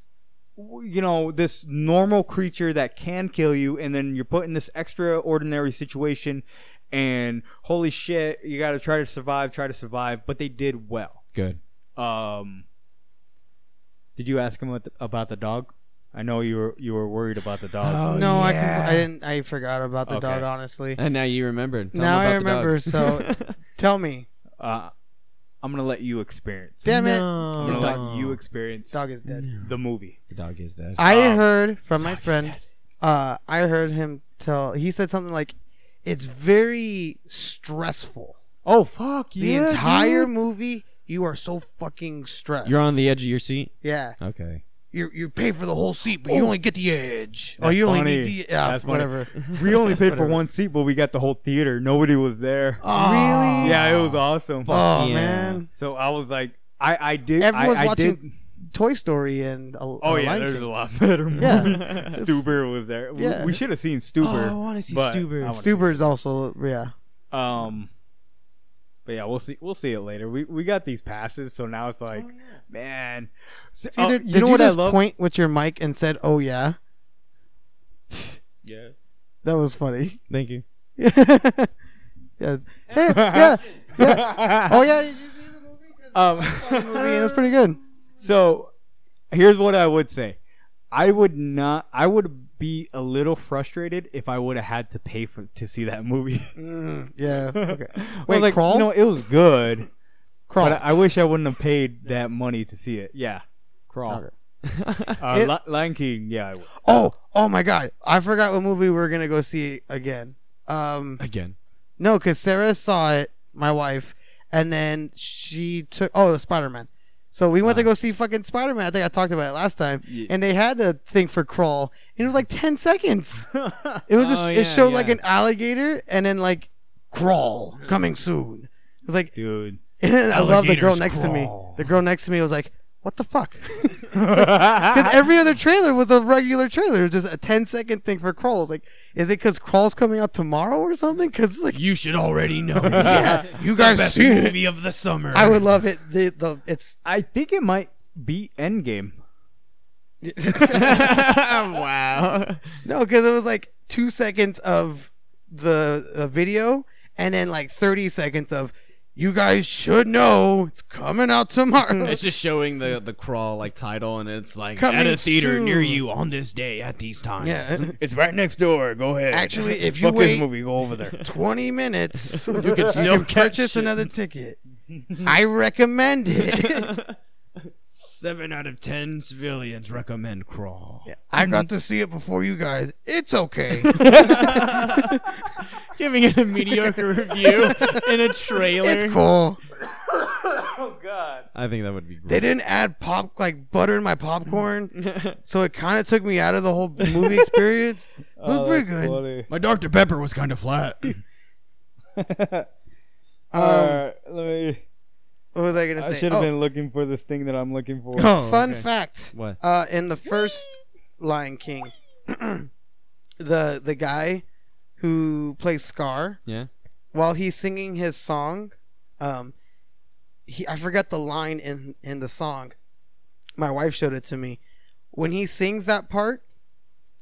w- you know this normal creature that can kill you and then you're put in this extraordinary situation and holy shit you got to try to survive try to survive but they did well
Good.
um did you ask him what the- about the dog i know you were you were worried about the dog
Oh,
no, I
yeah.
can, I didn't. I forgot about the
Okay.
dog. Honestly,
And now you remembered. Tell
Now
them
I
about the dog.
remember, so- tell me,
uh, i'm gonna let you experience
damn it,
No.
i'm gonna
the
let you experience
dog is dead.
the movie
The dog is dead.
I
Um,
heard from my
dog is
friend.
dead.
Uh, I heard him tell. He said something like, "It's very stressful.
oh fuck
The
yeah
entire
dude.
movie, you are so fucking stressed.
You're on the edge of your seat.
Yeah,
Okay.
you you pay for the whole seat, but you only get the edge. oh,
That's
you only
funny.
need the uh,
That's funny.
whatever.
we only paid for
Whatever.
one seat but we got the whole theater nobody was there
Really?
Yeah, it was awesome.
Ah. Oh
Yeah.
man,
So I was like, I I did.
Everyone's
I, I
watching-
Did,
Toy Story and uh,
oh
uh,
yeah,
Lion
there's
King.
a lot better movie.
Yeah.
Stuber was there. We-
Yeah.
We, should have seen Stuber.
Oh, I wanna see
but
Stuber.
I wanna see-
Stuber's also yeah.
Um. But yeah, we'll see. We'll see it later. We we got these passes, so now it's like, man. So- oh,
Either,
you
Oh, did
know
you
what I
just
love?
point with your mic and said, "Oh yeah"?
Yeah.
That was funny.
Thank you.
yeah. Hey, yeah. Oh yeah. Did you see the movie? 'Cause the
Um.
movie, and it was pretty good.
So here's what I would say. I would not I would be a little frustrated if I would have had to pay for to see that movie.
Mm, yeah. Okay.
I
Wait,
was like,
Crawl?
You know, it was good.
Crawl.
But I, I wish I wouldn't have paid that money to see it. Yeah. Crawl.
Okay.
Uh,
It-
Li- Lion King, yeah, I would.
Oh, oh my God! I forgot what movie we were gonna go see again. Um,
Again.
no, cause Sarah saw it, my wife, and then she took. Oh, Spider Man. So we
Uh-huh.
went to go see fucking Spider Man. I think I talked about it last time,
Yeah.
and they had a thing for crawl, and it was like ten seconds. It was just
Oh,
it
yeah,
showed
yeah.
like an alligator and then like crawl coming soon. It was like
Dude.
and then I love the girl
Alligators
next to me.
crawl.
The girl next to me was like, "What the fuck?" Because
Because
every other trailer was a regular trailer, it was just a 10 second thing for crawl. It's like, is it because crawl's coming out tomorrow or something? Because like,
You should already know.
yeah, you guys
Best
seen it.
movie of the summer.
I would love it. The the it's
I think it might be Endgame.
wow.
no because it was like two seconds of the uh, video and then like 30 seconds of. You guys should know it's coming out tomorrow.
It's just showing the the crawl like title, and it's like
Coming
at a theater
soon.
near you on this day at these times.
Yeah.
It's right next door. Go ahead.
Actually, if you
Fuck
wait-
this movie, go over there.
20 minutes. you
can still catch
purchase
it.
another ticket. I recommend it.
Seven out of ten civilians recommend crawl.
I got to see it before you guys. It's okay.
Giving it a mediocre review in a trailer.
it's cool.
oh God.
I think that would be great.
They didn't add pop like butter in my popcorn, so it kind of took me out of the whole movie experience. It was
Oh,
pretty good.
My Dr. Pepper was kind of flat.
Um,
Alright, let me.
What was I gonna
I
say?
should have
oh,
been Oh, looking for this thing that I'm looking for.
Oh.
fun fact.
What?
Uh, in the first Lion King, the the guy who plays Scar,
Yeah.
while he's singing his song, um, he I forgot the line in in the song. My wife showed it to me. When he sings that part,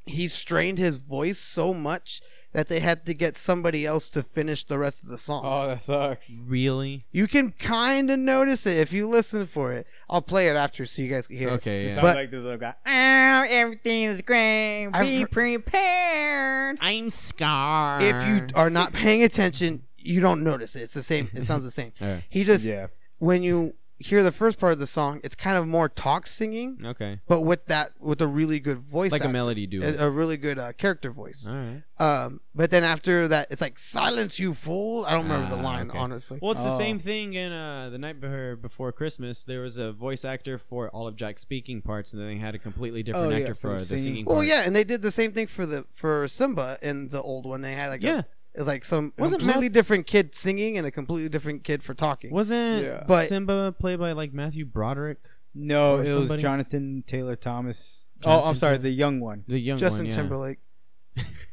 he strained his voice so much that they had to get somebody else to finish the rest of the song.
Oh, that sucks.
Really?
You can kind of notice it if you listen for it. I'll play it after so you guys can hear. it.
Okay.
You
Yeah.
sound
But-
like this little guy.
Oh, everything is great.
I've
Be
heard-
prepared.
I'm Scar.
If you are not paying attention, you don't notice it. It's the same. It sounds the same.
Alright.
He just
Yeah.
when you hear the first part of the song, it's kind of more talk singing,
Okay.
but with that with a really good voice,
Like a
actor.
melody duet.
a, a really good uh, character voice.
All right.
Um, but then after that, it's like silence, you fool. I don't remember
Ah,
the line
okay.
honestly.
Well, it's the
Oh.
same thing in uh, the night before, before Christmas. There was a voice actor for all of Jack's speaking parts, and then they had a completely different
Oh, yeah,
actor
for
for,
the
the
singing.
singing.
Well,
parts.
yeah, and they did the same thing for the for Simba in the old one. They had like
Yeah.
a, it was like some
Wasn't
completely different kid singing and a completely different kid for talking.
Wasn't
Yeah.
But-
Simba played by like Matthew Broderick,
No,
Or
it was
somebody-
Jonathan Taylor Thomas. oh, I'm
Jonathan
sorry,
Taylor-
the young one.
the young
Justin
one, yeah.
Timberlake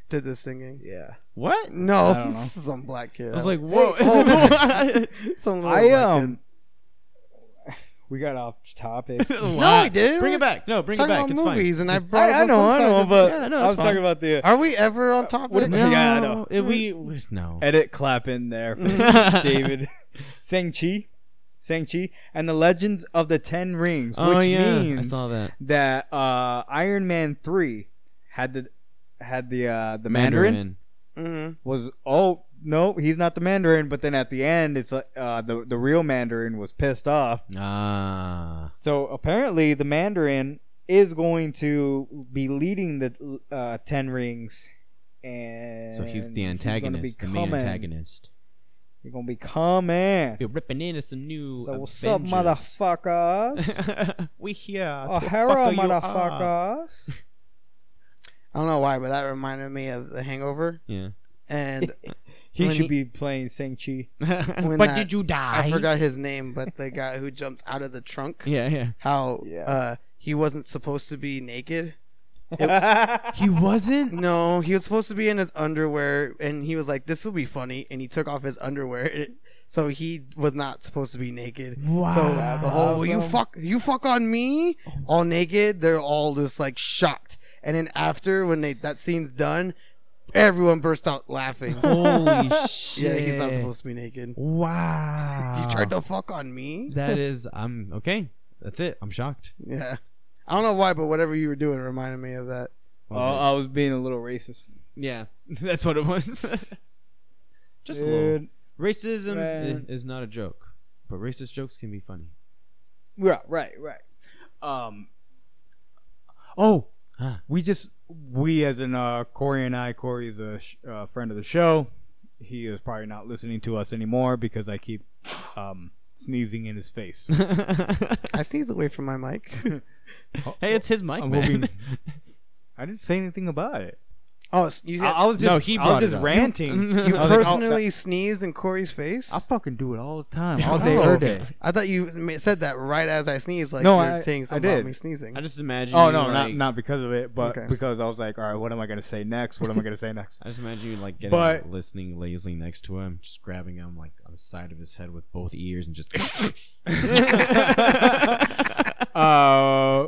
did the singing.
Yeah.
What?
I
No,
don't know.
some black kid.
I was like, whoa!
some little
I
black
um. We got off topic.
No, I didn't.
Bring it back. No, bring
kid.
it
talking
back.
about
It's
movies,
fine.
and I
Just-
brought.
I, I
up
know,
some
I know,
fact-
but
Yeah, I know,
I
it's
was
fine.
talking about the uh,
are we ever on topic?
No. Yeah, I know.
If we we- no.
edit clap in there, for David. Sang Chi, Sang Chi, and the Legends of the Ten Rings,
Oh
which
yeah, I
means
saw that.
that uh, Iron Man three had the had the uh, the Mandarin,
Mhm.
was oh no he's not the Mandarin, but then at the end it's like uh, the the real Mandarin was pissed off.
Ah.
So apparently the Mandarin is going to be leading the uh, Ten Rings. And
So he's the
gonna
antagonist,
be
the main
coming.
antagonist.
You're gonna be coming.
Be ripping into some new.
So what's up, Oh,
Avengers.
motherfuckers?
we here. to
O'Hara,
fucker you up.
motherfuckers.
I don't know why, but that reminded me of The Hangover,
Yeah.
and
He
When
should
he-
be playing Sang Chi.
but
that-
did you die?
I forgot his name, but the guy who jumps out of the trunk.
Yeah, yeah.
How
Yeah.
uh, he wasn't supposed to be naked.
He wasn't.
No, he was supposed to be in his underwear, and he was like, "This will be funny," and he took off his underwear. So he was not supposed to be naked.
Wow.
So the whole you fuck you fuck on me all naked. They're all just like shocked. And then after when they that scene's done, everyone burst out laughing.
Holy
yeah,
shit!
he's not supposed to be naked.
Wow.
You tried to fuck on me.
That is. I'm okay. That's it. I'm shocked.
Yeah, I don't know why, but whatever you were doing reminded me of that.
Oh, I was being a little racist.
Yeah, that's what it was. Just a little.
Dude.
Racism
Man.
i- is not a joke, but racist jokes can be funny.
Yeah, right, right. Um. Oh,
Huh.
we just we as in uh, Corey and I. Corey is a sh- uh, friend of the show. He is probably not listening to us anymore because I keep um, sneezing in his face.
I sneezed away from my mic.
hey, it's his mic,
I'm
man.
hoping- I didn't say anything about it.
Oh, s- you,
I, I was just,
No, he
I was
brought it
just
up.
ranting.
You
I was like, oh,
personally sneezed in Corey's face.
I fucking do it all the time, all
Oh,
day, every
okay.
day.
I thought you ma- said that right as I sneezed, like
No,
you were
I-
saying
I
something about
did.
me sneezing.
I just imagine.
Oh
you,
no, not
like,
not because of it, but
Okay.
because I was like, all right, what am I gonna say next? What am I gonna say next?
I just imagine you like getting
But-
listening lazily next to him, just grabbing him like on the side of his head with both ears and just.
uh,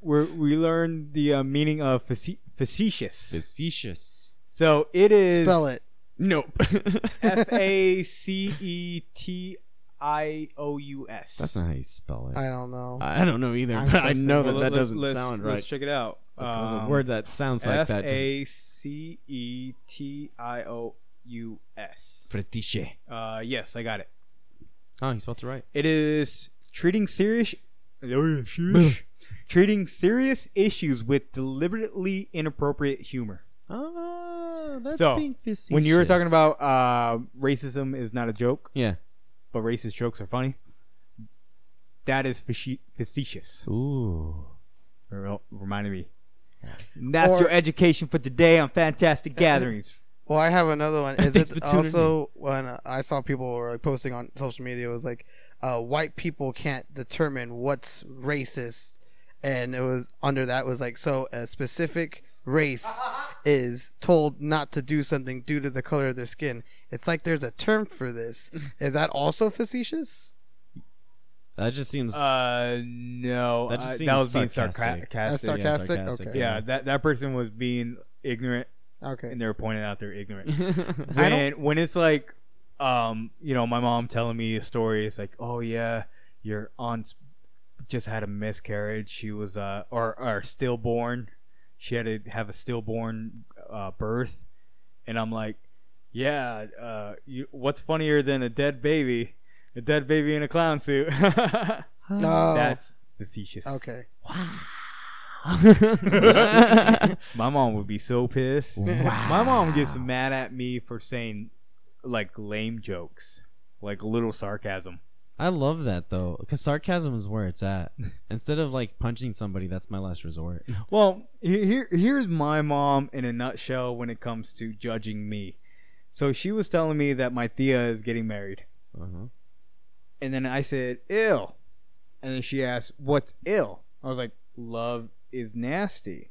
we we learned the uh, meaning of face- facetious.
Facetious.
So it is
Spell it.
Nope.
F A C E T I O U S.
That's not how you spell it.
I don't know.
I don't know either,
I'm
but
so
I know
Well,
that that
let's-
doesn't
let's-
sound
let's
right.
check it out.
Because a
Um,
word that sounds like
F
that. just-
A C E T I O U S.
Fetiche.
Uh, yes, I got it.
Oh, he spelled it right.
It is treating serious treating serious issues with deliberately inappropriate humor.
Oh, that's
So,
being facetious.
When you were talking about uh, racism is not a joke,
yeah.
but racist jokes are funny. That is faci- facetious.
Ooh.
Rem- Reminded me. And that's
Or-
your education for today on Fantastic Gatherings.
Well, I have another one. Is
Thanks for
it
tuning
also when uh, I saw people were like, posting on social media it was like, uh, white people can't determine what's racist, and it was under that was like so a specific race is told not to do something due to the color of their skin. It's like there's a term for this. Is that also facetious?
That just seems.
Uh, no,
That just
uh,
seems
was being
sarcastic.
sarcastic.
That's
yeah,
sarcastic.
sarcastic,
Okay.
Yeah, that that person was being ignorant,
Okay.
and they were pointing out they're ignorant.
I don't-
when when it's like um you know my mom telling me a story it's like oh yeah your aunt's just had a miscarriage she was uh or or stillborn she had to have a stillborn uh, birth and i'm like yeah uh you, what's funnier than a dead baby A dead baby in a clown suit.
No.
That's facetious.
okay.
My mom would be so pissed. My mom gets mad at me for saying like lame jokes, like little sarcasm.
I love that though, because sarcasm is where it's at. Instead of like punching somebody, that's my last resort.
Well, he- here here's my mom in a nutshell when it comes to judging me. So she was telling me that my Thea is getting married.
Uh-huh.
And then I said, ill. And then she asked, what's ill? I was like, love is nasty.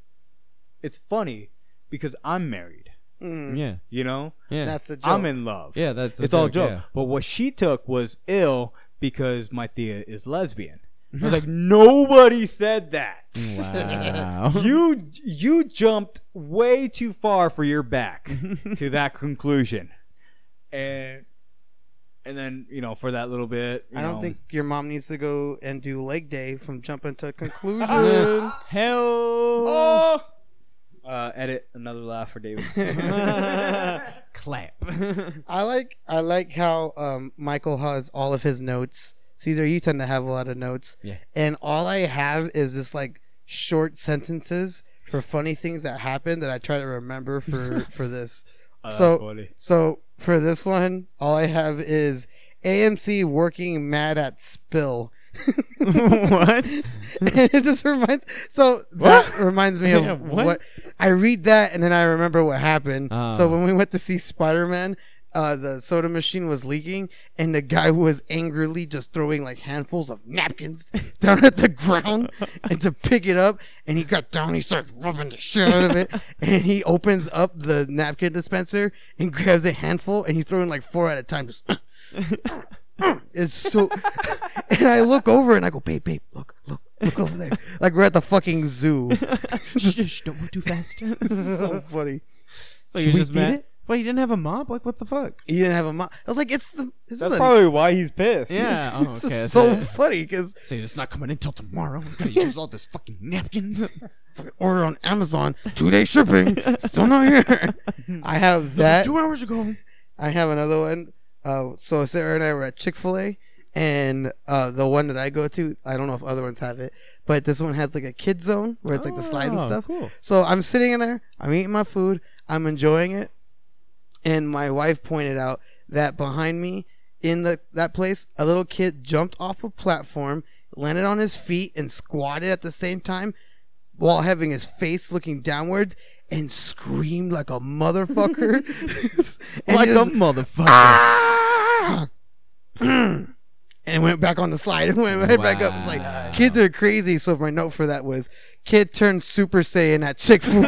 It's funny because I'm married,
Mm,
Yeah,
you know?
yeah,
That's the joke.
I'm in love.
yeah. That's the
it's all joke.
yeah.
But what she took was ill because my Thea is lesbian. I was like, nobody said that.
Wow.
you you jumped way too far for your back to that conclusion, and and then you know for that little bit. you
I don't
know,
think your mom needs to go and do leg day from jumping to
Ah.
conclusion.
Hell.
Uh, edit another laugh for David.
Clap.
I like I like how um, Michael has all of his notes. Caesar, you tend to have a lot of notes.
Yeah.
And all I have is just like short sentences for funny things that happened that I try to remember for for this.
Uh,
So-
funny.
So for this one, all I have is AMC working mad at spill.
what?
it just reminds so that reminds me of
Yeah,
what?
what?
I read that and then I remember what happened.
Oh.
So when we went to see Spider Man, uh, the soda machine was leaking and the guy was angrily just throwing like handfuls of napkins down at the ground and to pick it up and he got down he starts rubbing the shit out of it and he opens up the napkin dispenser and grabs a handful and he's throwing like four at a time just it's so. and I look over and I go, babe, babe, look, look, look over there. Like we're at the fucking zoo.
Shh, don't move too fast.
so funny.
so you're
we
just
beat
mad?
it?
Wait, you didn't have a mop? Like what the fuck?
You didn't have a mom. I was like, it's the. This
That's
is a-
probably why he's pissed.
Yeah. Oh,
this
okay.
is
that's
so
it.
funny because
Say it's not coming until tomorrow. We gotta use all this fucking napkins.
order on Amazon, two day shipping, still not here. I have that.
Two hours ago.
I have another one. Uh, so Sarah and I were at Chick Fil A, and uh, the one that I go to, I don't know if other ones have it, but this one has like a kid zone where it's like the slide and
Oh,
stuff.
cool.
So I'm sitting in there, I'm eating my food, I'm enjoying it, and my wife pointed out that behind me in the that place, a little kid jumped off a platform, landed on his feet, and squatted at the same time while having his face looking downwards and screamed like a motherfucker. And
Like
just-
a motherfucker.
"Ah!" and went back on the slide and went right back up. It's
Wow.
like kids are crazy. So my note for that was kid turned Super Saiyan at Chick Fil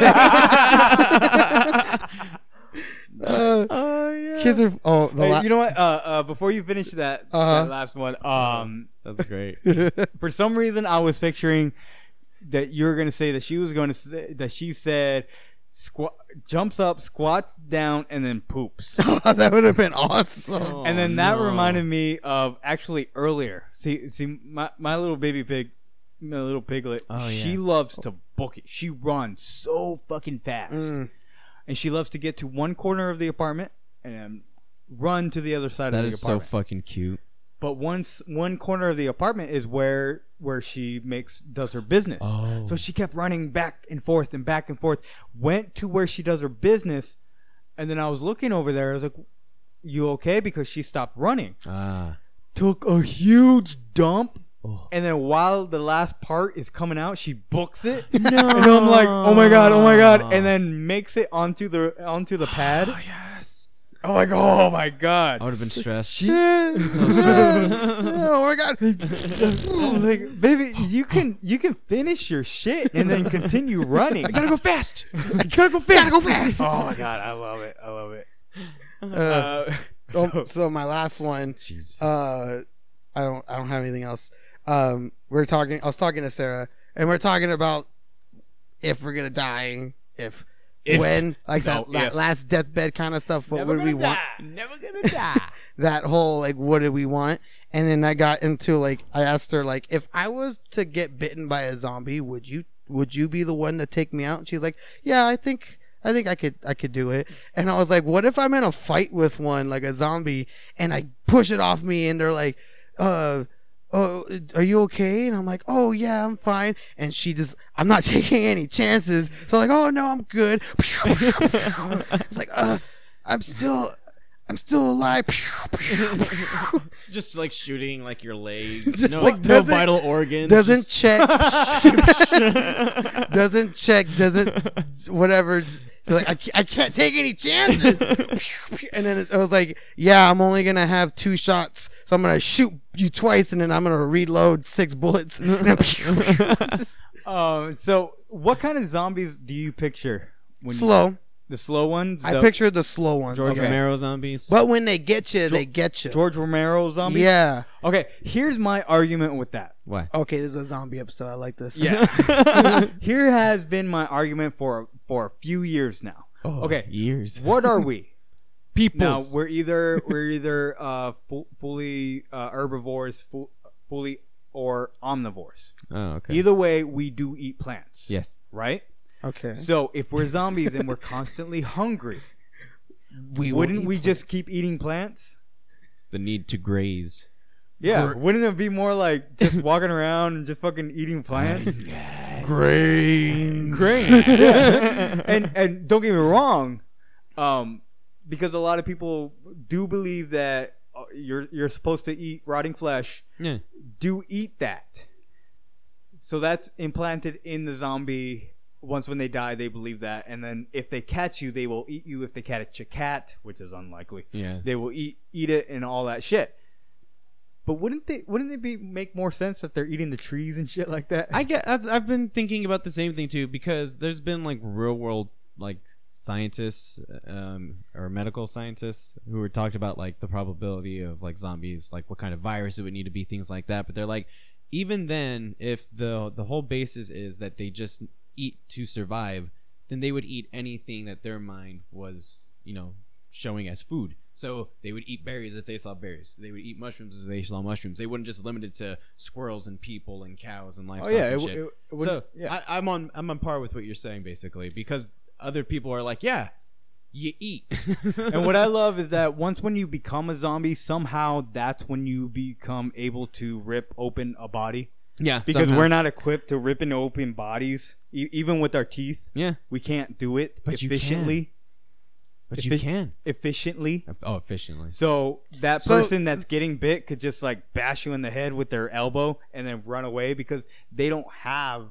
A.
Oh yeah.
Kids are oh the
Hey,
la-
you know what? Uh, uh, before you finish that,
Uh-huh.
that last one, um,
That's great.
for some reason I was picturing that you were gonna say that she was going to say that she said squat jumps up squats down and then poops
that would have been awesome.
and then that
Oh, no.
reminded me of actually earlier see see my, my little baby pig my little piglet
Oh, yeah.
she loves to book it she runs so fucking fast
Mm.
and she loves to get to one corner of the apartment and then run to the other side
That
of the
is so
apartment
fucking cute.
but once one corner of the apartment is where where she makes does her business.
Oh.
So she kept running back and forth and back and forth. Went to where she does her business, and then I was looking over there. I was like, "You okay?" Because she stopped running.
Ah.
Took a huge dump.
Oh.
And then while the last part is coming out, she books it. No. And I'm like, oh my god, oh my god, and then makes it onto the onto the pad.
Oh, yes.
I'm like, oh my
I
god.
would have been stressed.
oh my god.
I'm like, baby, you can you can finish your shit and then continue running.
go fast. I gotta go fast. Gotta go fast.
oh my god, I love it. I love it.
Uh,
Uh,
oh, so my last one
Jesus.
uh i don't i don't have anything else um we're talking i was talking to sarah and we're talking about if we're gonna die if, when like
No,
that la-
if.
last deathbed kind of stuff what would we want
Never gonna die.
that whole like what do we want and then i got into like i asked her like if i was to get bitten by a zombie would you would you be the one to take me out and she's like yeah i think i think i could i could do it and i was like what if i'm in a fight with one like a zombie and i push it off me and they're like uh, oh, are you okay? And I'm like, oh yeah, I'm fine. And she just, I'm not taking any chances. So I'm like, oh no, I'm good. it's like, uh, I'm still, I'm still alive.
Just like shooting like your legs,
Just
no,
like
no
doesn't-
vital organs.
doesn't
just-
check, doesn't check, doesn't whatever. So like, I can't, I can't take any chances. and then I was like, yeah, I'm only gonna have two shots, so I'm gonna shoot you twice, and then I'm gonna reload six bullets. And then
Um, so what kind of zombies do you picture? When you-
slow.
the slow ones.
I
the
picture the slow ones.
George
Okay.
Romero zombies.
But when they get you, they get you.
George Romero zombies.
Yeah.
Okay, here's my argument with that.
Why?
Okay, this is a zombie episode. I like this.
Yeah. Here has been my argument for for a few years now. okay.
Oh, Years.
What are we?
People.
now we're either we're either uh, fu- fully uh, herbivores, fu- fully or omnivores.
Oh, okay.
Either way, we do eat plants.
Yes.
Right.
Okay.
So if we're zombies and we're constantly hungry,
We will
wouldn't
eat
we
plants.
just keep eating plants?
The need to graze.
Yeah.
Gr-
wouldn't it be more like just walking around and just fucking eating plants?
grains?
Great. yeah. And and don't get me wrong, um, because a lot of people do believe that uh, you're you're supposed to eat rotting flesh.
Yeah.
Do eat that. So that's implanted in the zombie. Once when they die, they believe that, and then if they catch you, they will eat you. If they catch a cat, which is unlikely,
Yeah.
they will eat eat it and all that shit. But wouldn't they? Wouldn't it be make more sense if they're eating the trees and shit like that?
I get. I've, I've been thinking about the same thing too because there's been like real world like scientists um, or medical scientists who were talked about like the probability of like zombies, like what kind of virus it would need to be, things like that. But they're like, even then, if the the whole basis is that they just eat to survive, then they would eat anything that their mind was, you know, showing as food. So they would eat berries if they saw berries. They would eat mushrooms if they saw mushrooms. They wouldn't just limit it to squirrels and people and cows and
oh
livestock.
yeah,
and
it,
shit.
w- it, it
so
wouldn't- yeah.
I, I'm on I'm on par with what you're saying basically because other people are like, yeah, you eat.
and what I love is that once when you become a zombie, somehow that's when you become able to rip open a body
yeah
because we're not equipped to ripping open bodies, e- even with our teeth.
yeah,
We can't do it
But you can.
efficiently.
but
If
you
it-
can.
Efficiently.
Oh, efficiently.
So that
So-
person that's getting bit could just like bash you in the head with their elbow and then run away because they don't have,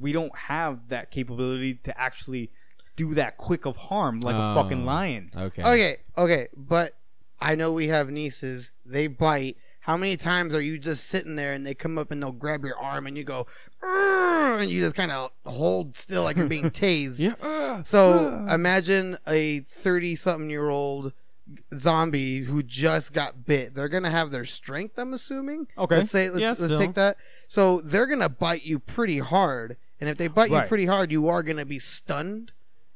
we don't have that capability to actually do that quick of harm like a
Oh.
fucking lion.
Okay.
Okay, okay, but I know we have nieces. They bite. How many times are you just sitting there and they come up and they'll grab your arm and you go, "Arr," and you just kind of hold still like you're being tased.
Yeah.
So imagine a 30 something year old zombie who just got bit. They're going to have their strength, I'm assuming.
Okay.
Let's say, let's,
Yeah,
let's
still.
take that. So they're going to bite you pretty hard. And if they bite you
Right. Uh-huh.
pretty hard, you are going to be stunned.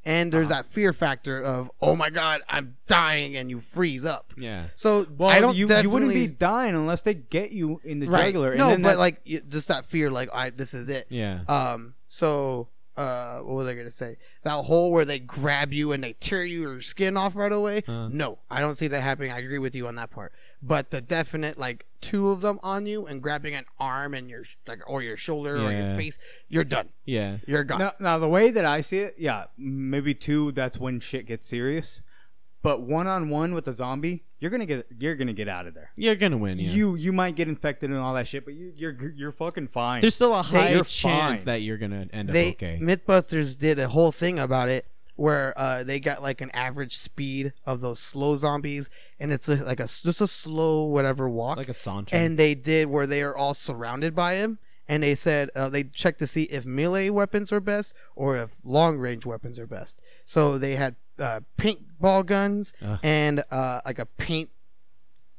And there's that fear factor of, oh my God, I'm dying. And you freeze up.
Yeah.
So
Well,
I don't
you, you wouldn't
definitely-
be dying unless they get you in the
right.
jugular. and
No,
then
but
that-
like you- just that fear, like I this is it.
Yeah.
Uh,
Um. So, uh, what was I gonna say? That hole where they grab you and they tear your skin off right away.
Uh.
no, I don't see that happening. I agree with you on that part. But the definite, like two of them on you and grabbing an arm and your sh- like or your shoulder or your
Yeah.
face, you're done.
yeah.
You're gone.
now, now the way that I see it, yeah, maybe two. That's when shit gets serious. But one on one with a zombie, you're gonna get you're gonna get out of there.
You're gonna win. Yeah.
You you might get infected and all that shit, but you, you're you're fucking fine.
There's still a high
You're
chance
fine.
that you're gonna end
they
up okay.
MythBusters did a whole thing about it where uh, they got like an average speed of those slow zombies, and it's a, like a s- just a slow whatever walk,
like a saunter.
and they did where they are all surrounded by him. And they said uh, they checked to see if melee weapons were best or if long range weapons are best. So they had uh, paintball guns
Ugh.
and uh, like a paint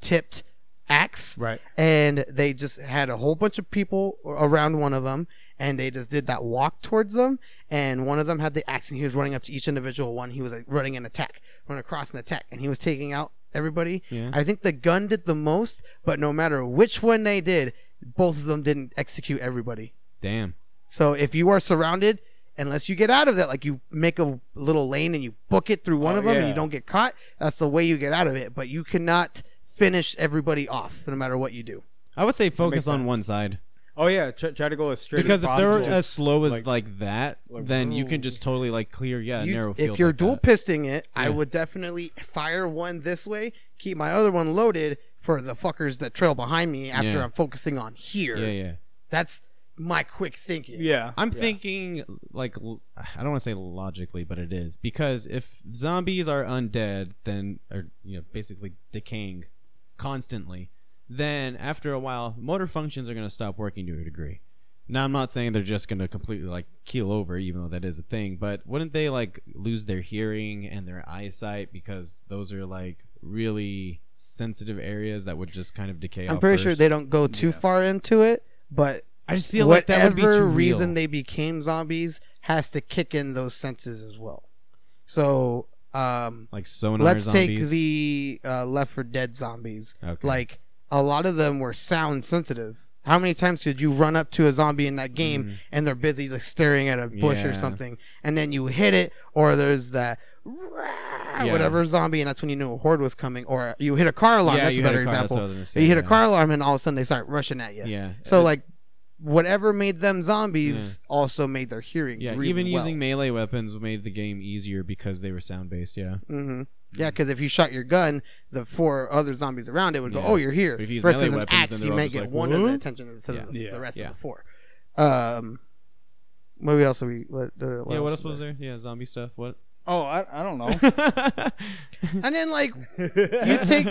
tipped axe
right.
and they just had a whole bunch of people around one of them and they just did that walk towards them and one of them had the axe and he was running up to each individual one he was like running an attack running across an attack and he was taking out everybody
Yeah.
i think the gun did the most but no matter which one they did both of them didn't execute everybody
Damn.
so if you are surrounded unless you get out of that like you make a little lane and you book it through one
Oh,
of them and
yeah.
you don't get caught that's the way you get out of it but you cannot finish everybody off no matter what you do.
I would say focus on
sense.
one side
Oh yeah, try, try to go as straight
because
as
if they're
possible.
as slow as
Like-
like, that, then you can just totally like clear yeah a
You-
narrow field.
if you're
like
dual
that.
pisting it, I
Yeah.
would definitely fire one this way, keep my other one loaded for the fuckers that trail behind me after
Yeah.
I'm focusing on here.
yeah yeah.
That's my quick thinking.
yeah,
I'm thinking like l- I don't want to say logically, but it is because if zombies are undead, then are you know basically decaying constantly, then after a while, motor functions are going to stop working to a degree. Now I'm not saying they're just going to completely like keel over, even though that is a thing. But wouldn't they like lose their hearing and their eyesight because those are like really sensitive areas that would just kind of decay?
I'm
out
pretty
Oh,
sure
first?
they don't go too far into it, but
I just feel like that would
whatever
be too
reason
real.
they became zombies has to kick in those senses as well. So um,
like sonar
let's
zombies.
take the uh, Left for Dead zombies.
Okay.
Like a lot of them were sound sensitive. How many times did you run up to a zombie in that game and they're busy like staring at a bush or
Mm-hmm. Yeah.
something, and then you hit it, or there's that whatever zombie, and that's when you knew a horde was coming, or you hit a car alarm.
Yeah,
that's a
you hit
better
a car, that's
example.
what I was gonna say,
you hit a
yeah.
car alarm, and all of a sudden they start rushing at you.
Yeah.
So
Uh,
like, whatever made them zombies also made their hearing.
Yeah,
really
even
well.
using melee weapons made the game easier because they were sound based. Yeah,
Mm-hmm.
Mm.
Yeah, because if you shot your gun, the four other zombies around it would go,
Yeah.
"Oh, you're here."
But if you use
Versus
melee
an
weapons,
axe,
then
you
they're all
may
just
get
like,
one of the
"Whoa."
attention instead of
Yeah.
the rest
Yeah.
of the four. Um, what else are we? What, uh, what
yeah. What
else
else
is
was there? Yeah, zombie stuff. What?
Oh, I, I don't know.
there? And then like, you take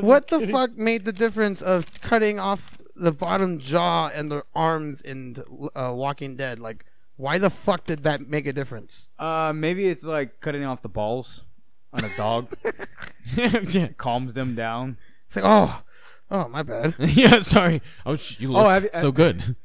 what the fuck made the difference of cutting off the bottom jaw and the arms in uh, Walking Dead? Like, why the fuck did that make a difference?
Uh, maybe it's like cutting off the balls on a dog.
yeah.
calms them down.
It's like, oh, oh, my bad.
yeah, sorry. Oh, sh- you
Oh,
look
have you-
so good.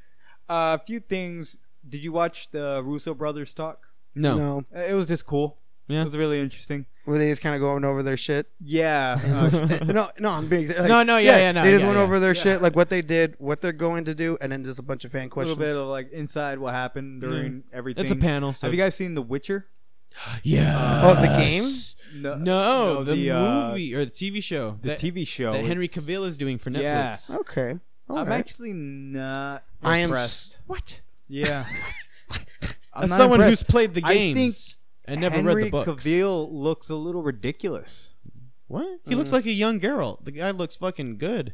Uh, a few things. Did you watch the Russo brothers talk?
No.
No,
Uh, It was just cool.
Yeah.
It was really interesting.
were they just kind of going over their shit?
Yeah. uh,
no, no, I'm being like,
No, no, yeah, yeah, no,
They just
yeah,
went
yeah.
over their shit, like what they did, what they're going to do, and then just a bunch of fan
a little
questions.
bit of like inside what happened during everything.
It's a panel. So
Have you guys seen The Witcher?
yeah.
Oh, the game?
No.
No, the,
uh,
movie or the TV show.
the
that,
TV show.
that Henry
It's-
Cavill is doing for
Yeah.
Netflix.
Okay, all
I'm
right.
actually not
I am
impressed.
What?
yeah. I'm
As
not
someone
impressed.
who's played the
I
games
think
and never
Henry
read the books.
Cavill looks a little ridiculous.
What? He
Mm.
looks like a young Geralt. The guy looks fucking good.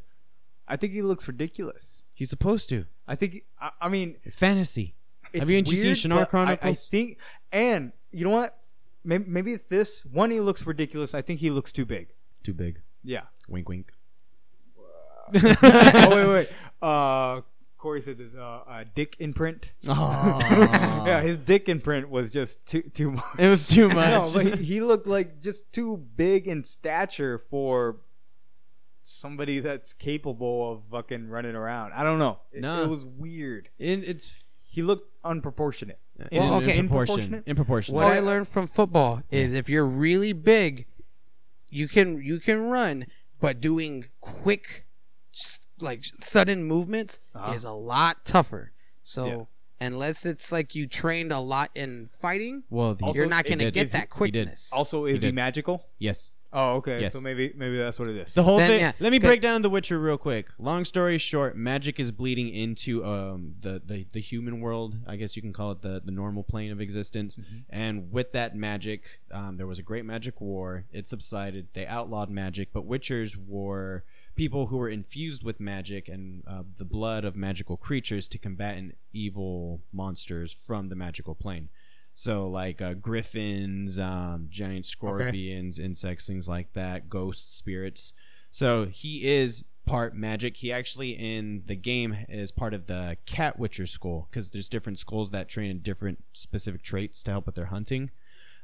I think he looks ridiculous.
He's supposed to.
I think. I, I mean,
It's fantasy.
it's
Have you seen
weird,
Shannara
but I- I,
Chronicles?
think, and you know what? Maybe, maybe it's this one. He looks ridiculous. I think he looks too big.
Too big.
Yeah.
Wink, wink.
oh wait, wait. wait. Uh, Corey said this. Uh, uh, dick imprint. yeah, his dick imprint was just too too much.
It was too
no,
much.
but he, he looked like just too big in stature for somebody that's capable of fucking running around. I don't know. It,
Nah.
it was weird.
and it's
He looked unproportionate.
in,
Well, okay.
in proportion.
Proportionate?
In proportion.
What I learned from football is if you're really big, you can you can run, but doing quick, s- like sudden movements
Uh-huh.
is a lot tougher. So
Yeah.
unless it's like you trained a lot in fighting,
Well, the,
Also,
you're not
it
going to
did.
get
Is-
that
he did.
quickness.
Also, is he,
did.
magical?
yes,
Oh, okay.
Yes.
So maybe maybe that's what it is.
the whole
Then,
thing.
yeah,
Let me
good.
break down The Witcher real quick. Long story short, magic is bleeding into um the, the the human world. I guess you can call it the the normal plane of existence. And with that magic, um, there was a great magic war. It subsided. They outlawed magic, but witchers were people who were infused with magic and uh, the blood of magical creatures to combat an evil monsters from the magical plane. So like uh, griffins, um, giant scorpions, insects, things like that, ghosts, spirits. So he is part magic. He actually in the game is part of the Cat Witcher school because there's different schools that train in different specific traits to help with their hunting.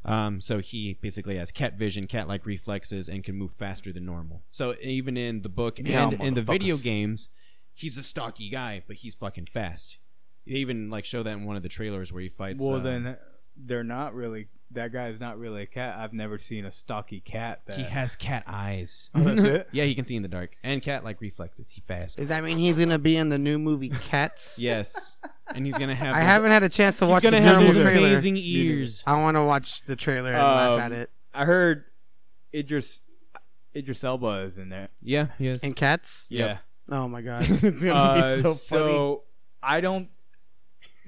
Um, so he basically has cat vision, cat-like reflexes, and can move faster than normal. So even in the book
Yeah,
and in the video
motherfuckers.
games, he's a stocky guy, but he's fucking fast. They even like show that in one of the trailers where he fights.
well,
uh,
then they're not really. That guy's not really a cat. I've never seen a stocky cat. That
he has cat eyes.
Oh, that's it.
yeah, he can see in the dark and cat-like reflexes. He fast.
Does that mean he's going to be in the new movie Cats?
Yes, and he's gonna have.
I
those-
haven't had a chance to
He's
watch the
gonna have
terrible
those
trailer.
amazing ears.
I want to watch the trailer and laugh
Um,
at it.
I heard Idris Idris Elba is in there.
Yeah, yes.
and cats.
Yeah.
Oh my god.
it's gonna
Uh,
be so funny.
so I don't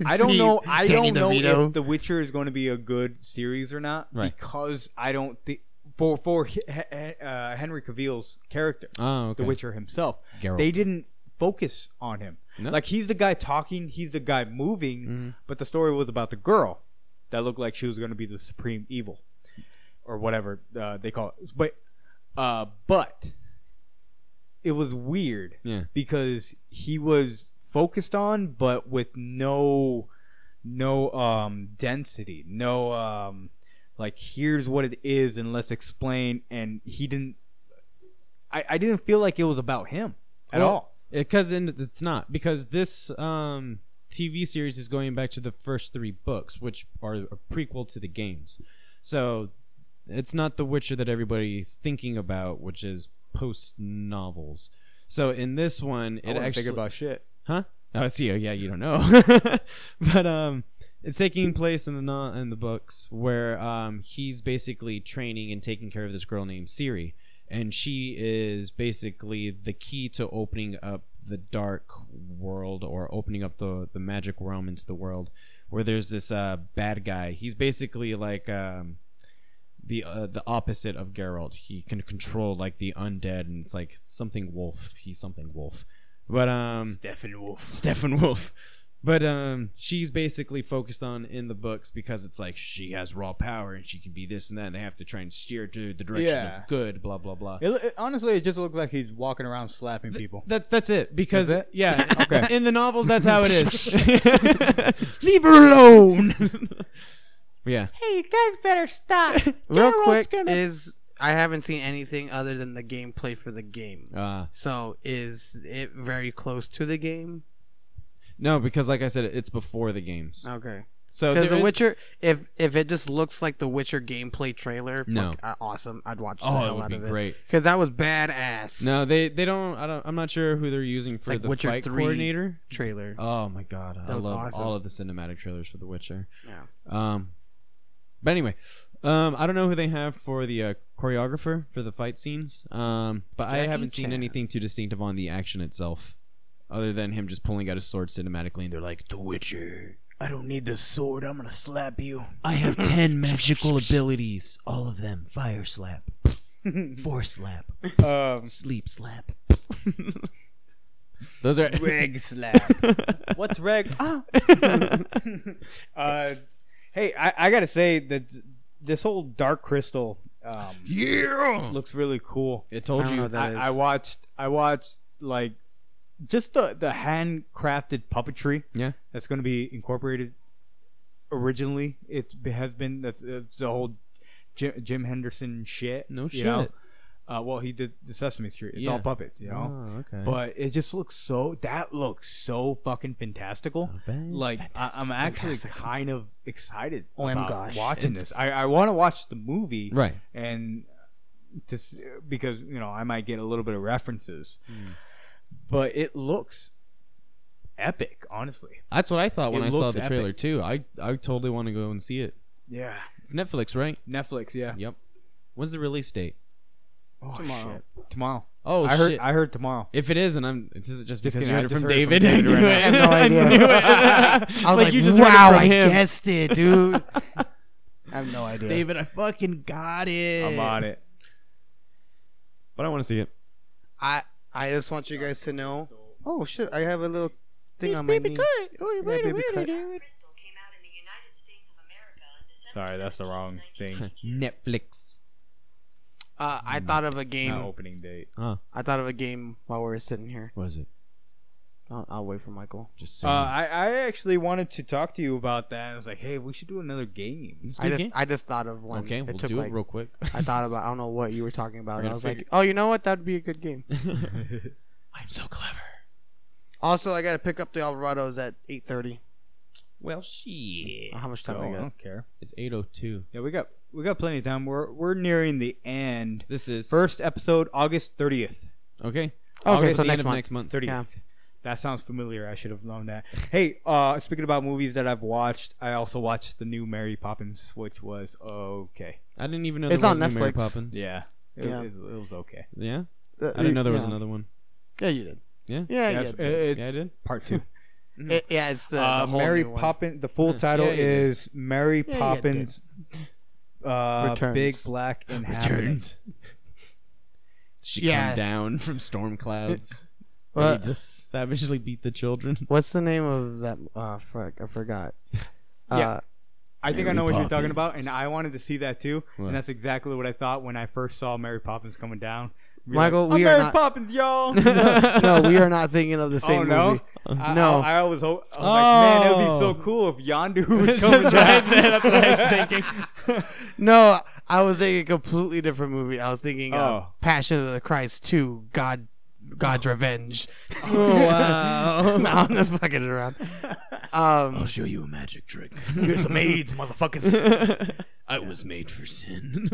I don't
See,
know. I
Danny
don't know
DeVito.
if The Witcher is going to be a good series or not
Right.
because I don't think for for he- he- uh, Henry Cavill's character,
Oh, okay.
The Witcher himself,
Geralt.
they didn't focus on him.
No.
Like he's the guy talking, he's the guy moving, but the story was about the girl that looked like she was going to be the supreme evil or whatever uh, they call it. But uh, but it was weird
Yeah.
because he was focused on but with no no um density no um like here's what it is and let's explain and he didn't i, I didn't feel like it was about him at
Well,
all
because Uh, in, it's not because this um, TV series is going back to the first three books, which are a prequel to the games. So it's not The Witcher that everybody's thinking about, which is post novels. So in this one,
I
it
wasn't
actually
thinking about shit
huh? Oh, I see. Yeah, you don't know, but um, it's taking place in the no- in the books where um he's basically training and taking care of this girl named Siri, and she is basically the key to opening up the dark world or opening up the the magic realm into the world where there's this uh bad guy. He's basically like um. The, uh, the opposite of Geralt. He can control like the undead, and it's like something wolf. He's something wolf, but um,
stephen wolf
Stephen Wolf. But um, she's basically focused on in the books because it's like she has raw power and she can be this and that. And they have to try and steer her to the direction
Yeah.
of good. Blah blah blah.
it, it- honestly it just looks like he's walking around slapping people
That's that's it because
That's it?
yeah,
Okay.
In the novels, that's how it is.
Leave her alone.
yeah,
Hey, you guys better stop.
Real
Geralt's
quick
gonna-
is I haven't seen anything other than the gameplay for the game.
uh,
So is it very close to the game?
no, because like I said, it's before the games.
Okay.
So
Because
there
The
is-
Witcher, if if it just looks like the Witcher gameplay trailer,
No.
fuck, uh, awesome. I'd watch the
Oh,
hell
it would
out
be
of it.
great.
Because that was badass.
No, they they don't. I don't. I'm not sure who they're using for
like
the
Witcher
fight
3.
coordinator.
trailer.
Oh my god, I
That was
love
awesome.
all of the cinematic trailers for The Witcher.
Yeah.
Um, but anyway, um, I don't know who they have for the uh, choreographer for the fight scenes. Um, but I
Jackie
haven't seen
Chan.
anything too distinctive on the action itself, other than him just pulling out his sword cinematically, and they're like, "The Witcher."
i don't need this sword i'm gonna slap you
I have ten magical abilities, all of them: fire slap, force slap,
um
sleep slap. Those are
reg slap what's reg ah uh, hey, I, I gotta say that this whole Dark Crystal um,
yeah.
looks really cool.
It told
I don't know
you.
what that
I,
is.
I watched, I watched like just the the handcrafted puppetry
Yeah.
that's going to be incorporated. Originally, it has been that's it's the whole Jim, Jim Henderson shit.
No
you know?
shit.
Uh, well, he did the Sesame Street. It's
Yeah.
all puppets, you know.
Oh, okay.
But it just looks so. That looks so fucking fantastical.
Mm,
Like I, I'm actually kind of excited
Oh my
about
gosh.
watching this. I, I want to watch the movie,
right.
And just because you know I might get a little bit of references, but it looks epic, honestly.
That's what I thought when
It
I saw
looks
the
epic.
trailer too. I I totally want to go and see it.
Yeah,
It's Netflix, right?
Netflix. Yeah,
Yep. When's the release date?
oh,
Tomorrow.
shit. tomorrow.
Oh
I heard.
shit!
I heard tomorrow.
if it is, and I'm, it's is it just
Just
because
kidding,
you
I
heard it
just
from
heard it from
David.
David right now.
knew it.
I
have no idea.
knew it.
I was like,
you just
wow,
heard it
I
from him.
guessed it, dude. I have no idea.
David, I fucking got it.
I'm on it.
But I want to see it.
I I just want you guys to know. Oh shit! I have a little thing on my knee.
Oh,
Yeah, baby cut.
Crystal came out in the United States of America on December
Sorry, that's the
17,
wrong thing.
1992.
Netflix.
Uh, I thought of a game.
Not opening date.
Huh?
I thought of a game while we were sitting here.
What is it?
I'll, I'll wait for Michael.
Just
Uh, I, I actually wanted to talk to you about that. I was like, hey, we should do another game.
I just I just thought of one.
okay,
It
we'll
took,
do
like,
it real quick.
I thought about. I don't know what you were talking
We're
about.
gonna
I was like,
figure-
oh, you know what? That'd be a good game.
I'm so clever.
Also, I gotta pick up the Alvarados at eight thirty.
Well, Oh, shit.
How much
So,
time
I
Oh,
I got?
don't care.
It's 8:02.
Yeah, we got we got plenty of time. We're we're nearing the end.
This is
First episode, August thirtieth.
Okay.
Okay,
August,
so
the end
next
of
month.
next month.
30th.
Yeah.
That sounds familiar. I should have known that. Hey, uh, speaking about movies that I've watched, I also watched the new Mary Poppins, which was okay.
I didn't even know
It's
there
on
was a new Mary
Netflix.
Poppins.
Yeah. It,
Yeah.
was, it was okay.
Yeah,
Uh,
I didn't know there was
yeah.
another one.
Yeah, you did.
Yeah?
Yeah,
Yes,
you
it-
did.
it's
Yeah, I did.
part two.
It- yeah, it's the,
uh,
the whole
Mary
new one.
Poppins. The full title
Yeah, you did.
is Mary
Yeah, you
Poppins. Uh,
Returns.
Big Black and Returns.
She
Yeah.
come down from storm clouds.
Well-
and he just savagely beat the children.
What's the name of that? Uh, frick, I forgot.
Yeah.
Uh,
I think I
Mary
know what you're talking
Poppins.
about, and I wanted to see that too.
What?
And that's exactly what I thought when I first saw Mary Poppins coming down. Be
Michael,
like, I'm
we are
Mary
not-
Poppins, y'all.
no, we are not thinking of the
oh
same
no,
movie.
I,
No.
I, I always hope. I was like, man, it would be
Oh.
so cool if Yondu was
That's
coming
right
down.
there, that's what I was thinking.
No, I was thinking a completely different movie. I was thinking uh,
Oh.
Passion of the Christ 2, God, God's Revenge.
Oh, wow.
no, I'm just fucking around. Um,
show you a magic trick.
Here's some AIDS, motherfuckers.
I was made for sin.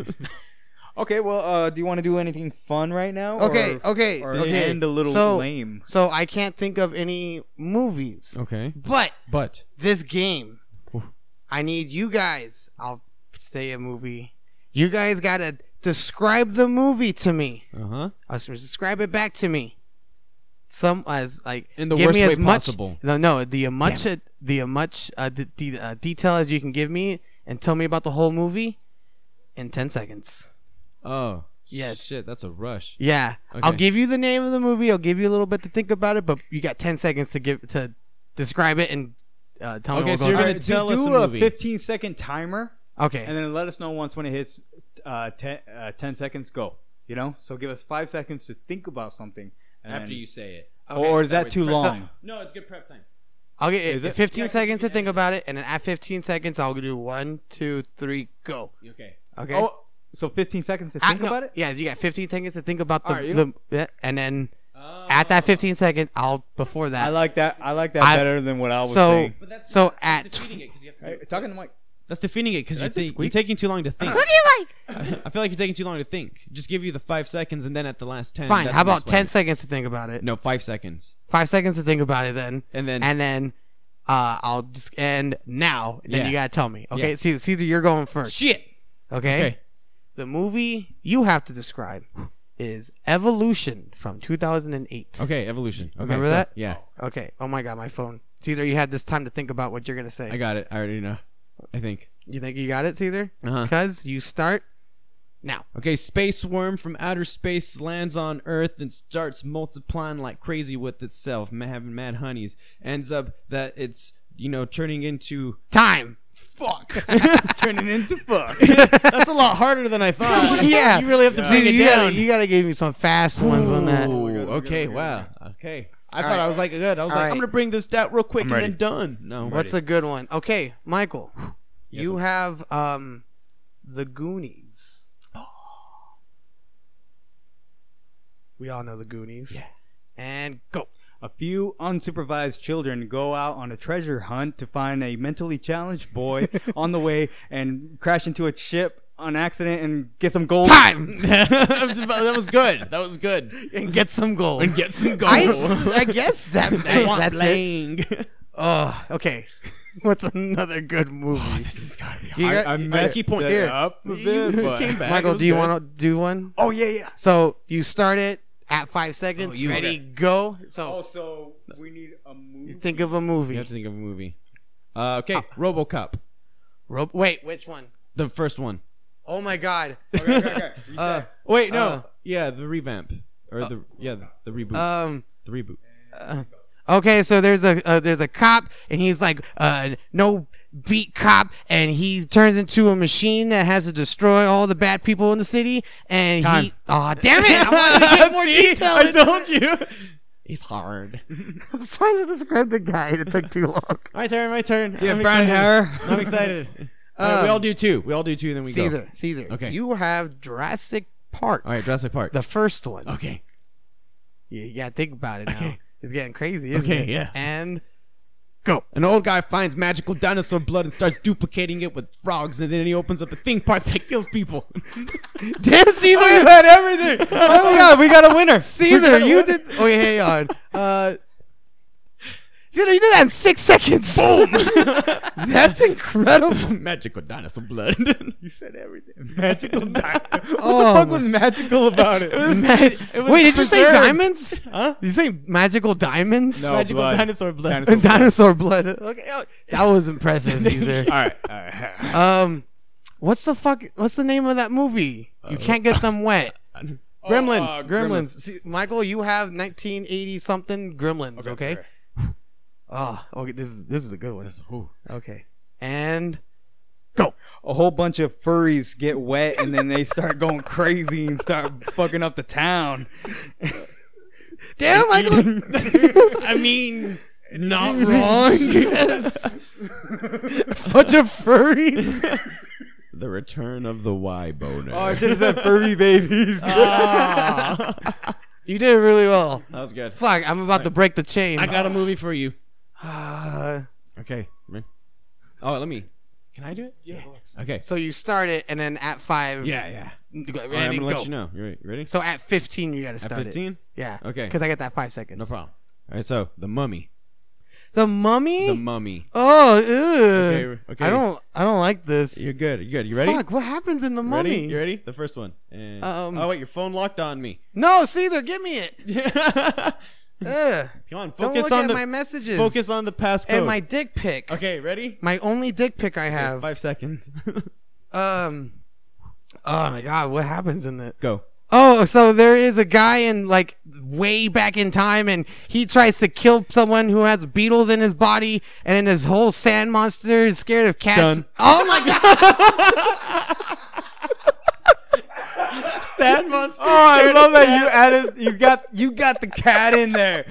okay, well, uh, do you want to do anything fun right now?
Okay,
or,
okay,
or
okay.
end a little
So-
lame.
so I can't think of any movies,
Okay,
but
but
this game,
Oof.
I need you guys. I'll say a movie. You guys gotta describe the movie to me.
uh
Uh-huh.
huh.
Uh, so describe it back to me. Some as like
In the
give
worst
me as
way
much,
possible.
No, no, the uh, much uh, the uh, much uh, d- d- uh, detail as you can give me, and tell me about the whole movie in ten seconds.
Oh,
Yes.
Shit, that's a rush.
Yeah, I'll
Okay.
give you the name of the movie. I'll give you a little bit to think about it, but you got ten seconds to give to describe it and uh, tell
Okay,
me. What
so
goes
you're
on.
gonna
Do-
tell
do
us a
a
movie.
15 second timer,
okay.
and then let us know once when it hits uh, 10, uh, 10 seconds. Go. You know, so give us five seconds to think about something. and then-
say it.
or is that
way
too
it's
long?
No, it's good prep time.
I'll get
Is it?
15
Yeah, 'cause
seconds
you
to
can
think
edit it.
about it, and then at 15 seconds, I'll do one, two, three, go.
Okay.
Okay.
Oh, so 15 seconds to
I-
think
no,
about it.
Yeah, you got 15 seconds to think about the,
Alright, you-
the yeah, and then at that 15 second, I'll before that.
I like that. I like that
I-
better than what I was
so
saying.
that's-
so at
it because you have to.
Hey, talking to Mike.
That's defeating it because
Did I
you
just
think, you're
squeak?
taking too long to think.
Look at Mike.
I feel like you're taking too long to think. Just give you the five seconds and then at the last ten.
fine.
that's
How
when you
about
explain
10
it.
seconds to think about it?
No, five seconds.
Five seconds to think about it, then
And then-
and then uh, I'll just end now. And then
Yeah.
you gotta tell me. Okay,
Yeah.
See, Caesar, you're going first.
Shit.
Okay?
Okay.
The movie you have to describe is Evolution from 2008.
Okay. Evolution. Okay.
Remember
go.
that?
Yeah.
Okay. Oh my god, my phone. Caesar, you had this time to think about what you're gonna say.
I got it. I already know. I think.
you think you got it, Caesar?
Uh-huh.
Cause you start now.
Okay, space worm from outer space lands on Earth and starts multiplying like crazy with itself, ma- having mad honeys. Ends up that it's you know turning into
Time.
fuck.
Turning into fuck.
That's a lot harder than I thought.
yeah. You really have to
bring it
you
down.
Gotta, you gotta give me some fast ones on that.
Ooh, okay, wow. Okay. I
All
thought
right.
I was like good. I was
All
like,
right.
I'm gonna bring this out real quick
I'm
and
ready.
then done. No,
What's a good one? Okay, Michael. you have um the Goonies. We all know the Goonies. Yeah. And go.
A few unsupervised children go out on a treasure hunt to find a mentally challenged boy on the way and crash into a ship on accident and get some gold.
Time
that was good. That was good.
and get some gold.
And get some gold.
I, s- I guess that, that that's it.
it.
Oh, okay. What's another Oh, good movie?
this is gotta be
You
hard.
I,
got-
I messed
keep pointing
that
here.
up a bit, but-
came back. It
Michael,
was
do you
good.
want to do one?
Oh yeah, yeah.
So you start it at five seconds.
Oh, you-
ready?
Okay.
Go. So
Also, Oh, we need a movie.
think of a movie.
Oh, You have to think of a movie. Uh, okay, RoboCop,
Ro- Wait, which one?
the first one.
Oh my God.
Okay, okay, okay.
Uh,
Wait, no.
Uh,
yeah, the revamp or the yeah the, the reboot.
um.
the reboot.
Okay, so there's a uh, there's a cop, and he's like uh, no beat cop, and he turns into a machine that has to destroy all the bad people in the city. And
Time.
he, oh damn it! I wanted to get more detail.
I told you. He's hard.
I was trying to describe the guy, and it took too long.
My turn. My turn.
Yeah, brown hair.
I'm excited. All right, we all do two. We all do two, then we
Caesar,
go.
Caesar.
Okay.
You have Jurassic Park,
All right, Jurassic Park.
the first one.
okay.
You, you gotta think about it now.
Okay.
It's getting crazy, isn't
Okay,
it?
yeah.
And
An old guy finds magical dinosaur blood and starts duplicating it with frogs, and then he opens up a thing park that kills people.
damn, Caesar,
you had everything. Oh my god, we got a winner.
Caesar, you did. Wait, hang on. Uh, You know, you did that in six seconds. Boom. That's incredible.
Magical dinosaur blood.
You said everything. Magical diamond. what
Oh,
the fuck
my-
was magical about it?
Wait, did you say
preserved.
diamonds?
huh?
Did you say magical diamonds?
No,
Magical
blood.
dinosaur blood.
Dinosaur
And dinosaur blood. Okay, oh, that was impressive, Caesar.
all right, all right.
Um, what's the fuck? What's the name of that movie? You can't get them wet. Gremlins.
uh,
Gremlins.
Gremlins.
See, Michael, you have 1980 something Gremlins. Okay.
okay.
Oh, okay. This is this is a good one. Okay. And
A whole bunch of furries get wet and then they start going crazy and start fucking up the town.
damn, Michael.
I mean, not
Bunch of furries.
the return of the Y boner.
Oh, I should have said furry babies.
Ah. you did really well.
that was good.
Fuck, I'm about to break the chain.
I got a movie for you.
Uh,
Okay. Oh, let me. Can I do it? Yeah. Okay.
so you start it, and then at five,
Yeah, yeah.
you go,
All right, I'm
Randy,
gonna
go.
let you know. You ready? You ready?
So at 15, you gotta
At
start it.
15.
Yeah.
Okay.
Because I got that five seconds.
No problem. All right. So the mummy.
The mummy.
The mummy.
oh, ew.
Okay, okay.
I don't. I don't like this.
You're good. You're good. You ready?
Fuck. What happens in the
You
mummy?
Ready? You ready? The first one. And-
Um,
oh wait, your phone locked on me.
No, Caesar, give me it.
Come
Ugh.
on,
Don't
focus
look
on
at
the
my messages.
focus on the passcode.
and my dick pic.
okay, ready?
My only dick pic I have.
Five seconds.
Um. Oh my god, what happens in the?
Go.
Oh, so there is a guy in like way back in time, and he tries to kill someone who has beetles in his body, and then this whole sand monster is scared of cats.
Done.
Oh my god!
Sad monster.
Oh, I love that you added. You got you got the cat in there.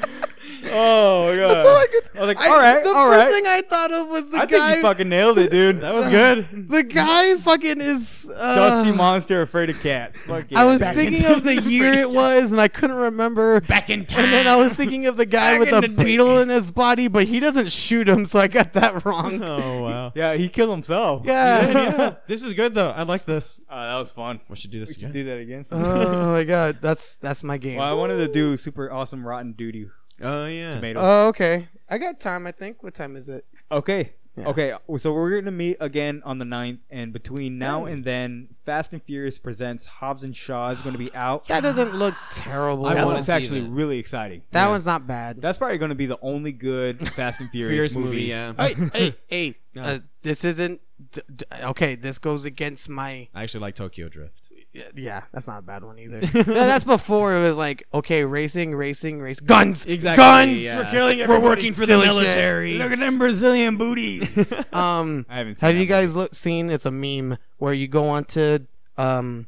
Oh my god.
all I could-
was like,
I-
all right,
the
all
first
right.
thing I thought of was the
I
guy.
think you fucking nailed it, dude. That was
good.
the guy fucking is. Uh,
Dusty monster afraid of cats. Fuck yeah.
I was
Back in-
thinking of the year it was, and I couldn't remember. Back in time. And then I was thinking of the guy with
in
a
the day.
beetle in his body, but he doesn't shoot him, so I got that wrong.
Oh wow.
Yeah, he killed himself.
Yeah.
yeah. This is good though. I like this.
Uh, that was fun.
We should do this
We should
again.
do that again. sometime.
oh my god, that's that's my game.
well, I wanted to do super awesome rotten duty
Oh yeah.
tomato.
Oh, okay. I got time, I think. What time is it?
okay. Okay, so we're gonna meet again on the 9th, and between now and then, Fast and Furious presents Hobbs and Shaw is gonna be out.
That doesn't look terrible.
I
wanna
want it's
see
actually
that.
really exciting.
that one's not bad.
That's probably going to be the only good Fast and Furious,
Furious
movie.
movie. Yeah.
hey, hey, hey. Uh, this isn't. D- d- okay, this goes against my.
I actually like Tokyo Drift.
Yeah, yeah, that's not a bad one either. No, that's before it was like, okay, racing, racing, race, guns,
Exactly,
guns.
yeah.
We're killing
We're
everybody.
working for the
Silly shit.
military. Look
at them Brazilian booties.
Um,
I haven't seen
have you
that
guys look, seen? It's a meme where you go onto, um,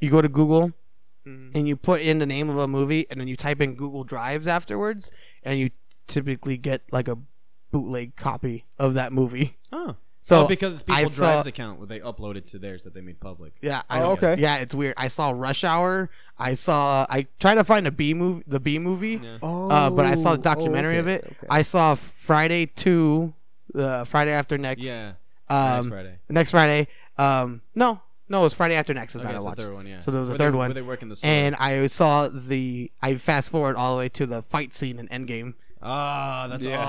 you go to Google, and you put in the name of a movie, and then you type in Google Drives afterwards, and you typically get like a bootleg copy of that movie.
Oh.
So
oh, because it's people
I
drives
saw-
account where they upload it to theirs that they made public.
Yeah. I
Oh,
don't-
okay.
Yeah, it's weird. I saw Rush Hour. I saw. I tried to find a B movie, the B movie,
Oh,
uh, but I saw the documentary of it. I saw Friday Two, uh, Friday after next.
Yeah.
Um,
Next Friday.
next Friday. Um, no, no, it was Friday after next. Is
Okay,
that I
so
watched.
third one, yeah.
So there was a
Where they-
third
Where they
one,
work in the store.
and I saw the. I fast forward all the way to the fight scene in Endgame.
oh, that's
Yeah.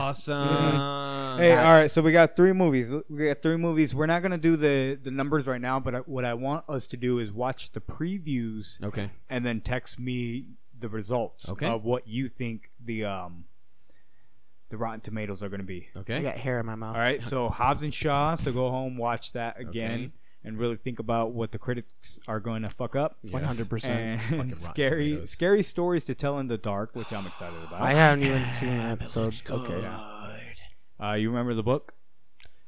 awesome.
Hey, all right. So we got three movies. We got three movies. We're not gonna do the the numbers right now, but I, what I want us to do is watch the previews
Okay.
and then text me the results
Okay.
of what you think the um the Rotten Tomatoes are gonna be.
I
Okay.
got hair in my mouth.
All right. So Hobbs and Shaw. So go home, watch that again,
Okay.
and really think about what the critics are going to fuck up.
Yeah. Eh.
One hundred percent.
Fucking Rotten
and scary
Tomatoes.
scary stories to tell in the dark, which I'm excited about.
I haven't even seen an episode.
Okay. Uh, you remember the book?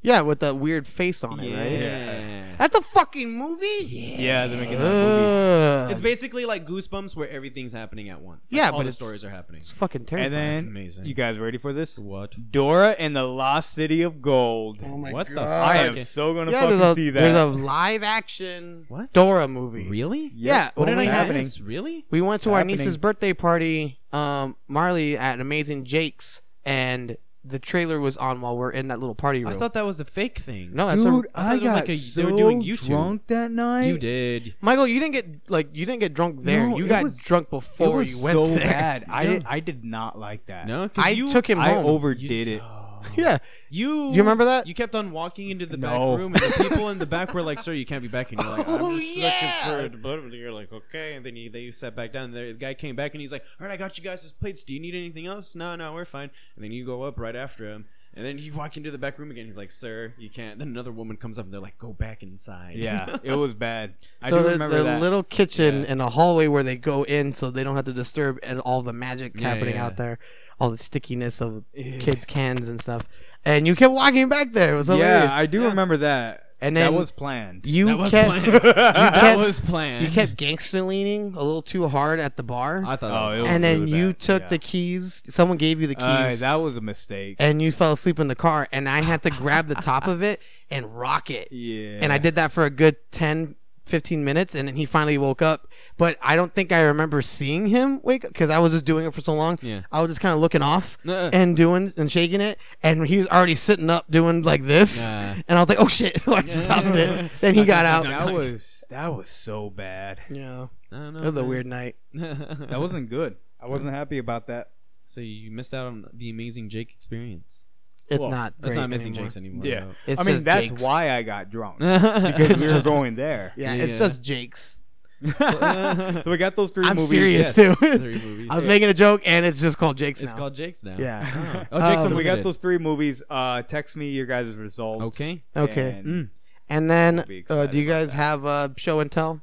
Yeah, with that weird face on it, right?
Yeah.
That's a fucking movie.
Yeah, the making
Ugh.
It's basically like Goosebumps where everything's happening at once. Like,
Yeah,
all
but
the
it's-
stories are happening.
It's fucking
And
terrifying.
then
amazing.
you guys ready for this?
What?
Dora and the Lost City of Gold.
Oh my
What the fuck?
I am
Okay.
so gonna
yeah,
fucking
there's a,
see
there's a
that.
live action
What?
Dora movie.
Really?
Yeah,
what
what
is
did I have?
happening?
Yes, Really?
We went to our
happening.
niece's birthday party, um, Marley at Amazing Jake's, and the trailer was on while we're in that little party
I
room.
thought that was a fake thing.
no, that's
Dude,
a,
I thought
I,
it was
got
like a-
so
they were doing YouTube.
drunk that night.
you did.
Michael. You didn't get like you didn't get drunk there.
No,
you
it
got
was-
drunk
It
before
was
you went
so
there.
bad. I
No.
did. I did not like that.
No, 'cause
I
you,
took him
I
home.
overdid it.
yeah,
You
Do you remember that?
You kept on walking into the
No.
back room, and the people in the back were like, "Sir, you can't be back." And you're like, "I'm
Oh,
just
yeah.
looking for it." But you're like, "Okay." And then you, they sat back down. And the guy came back, and he's like, "All right, I got you guys' plates. Do you need anything else?" No, no, we're fine. And then you go up right after him, and then you walk into the back room again. He's like, "Sir, you can't." Then another woman comes up, and they're like, "Go back inside."
Yeah, it was bad. I
so
do
there's
remember
their
that.
little kitchen
Yeah.
and a hallway where they go in, so they don't have to disturb and all the magic
Yeah,
happening
yeah.
out there, all the stickiness of
Yeah.
kids' cans and stuff. And you kept walking back there. It was hilarious.
yeah, I do remember that.
And
that
then-
was planned.
you
that was
kept
planned. that
kept-
was planned.
you kept gangster leaning a little too hard at the bar,
I thought.
Oh,
that
it
was
was
and then
really
you
bad.
took
Yeah.
the keys. Someone gave you the keys.
Uh, that was a mistake.
and you fell asleep in the car and I had to grab the top of it and rock it.
yeah.
And I did that for a good 10 15 minutes and then he finally woke up, but I don't think I remember seeing him wake up cuz I was just doing it for so long.
Yeah.
I was just kind of looking off
Nuh-uh.
and doing and shaking it and he was already sitting up doing like this.
Nah.
And I was like, "Oh shit." So I stopped it. Then he got out.
That was that was so bad.
Yeah.
I
It was a weird night.
That wasn't good. I wasn't happy about that.
So you missed out on the amazing Jake experience.
It's
Well,
not
That's
great
not amazing
anymore.
Jake's anymore.
Yeah,
It's
I mean
just
that's
Jake's.
why I got drunk
because
because we were going there.
Yeah,
Yeah.
it's just Jake's.
so we got those 3
I'm
movies.
serious.
yes,
too.
three movies.
I was making a joke and it's just called Jake's
It's
now.
called Jake's now.
yeah.
Oh, oh Jake's
Um,
So we got
unlimited.
those three movies. Uh, text me your guys' results.
Okay.
Okay.
And-
Mm.
And then,
be
uh,
excited
do you guys have uh, show and tell?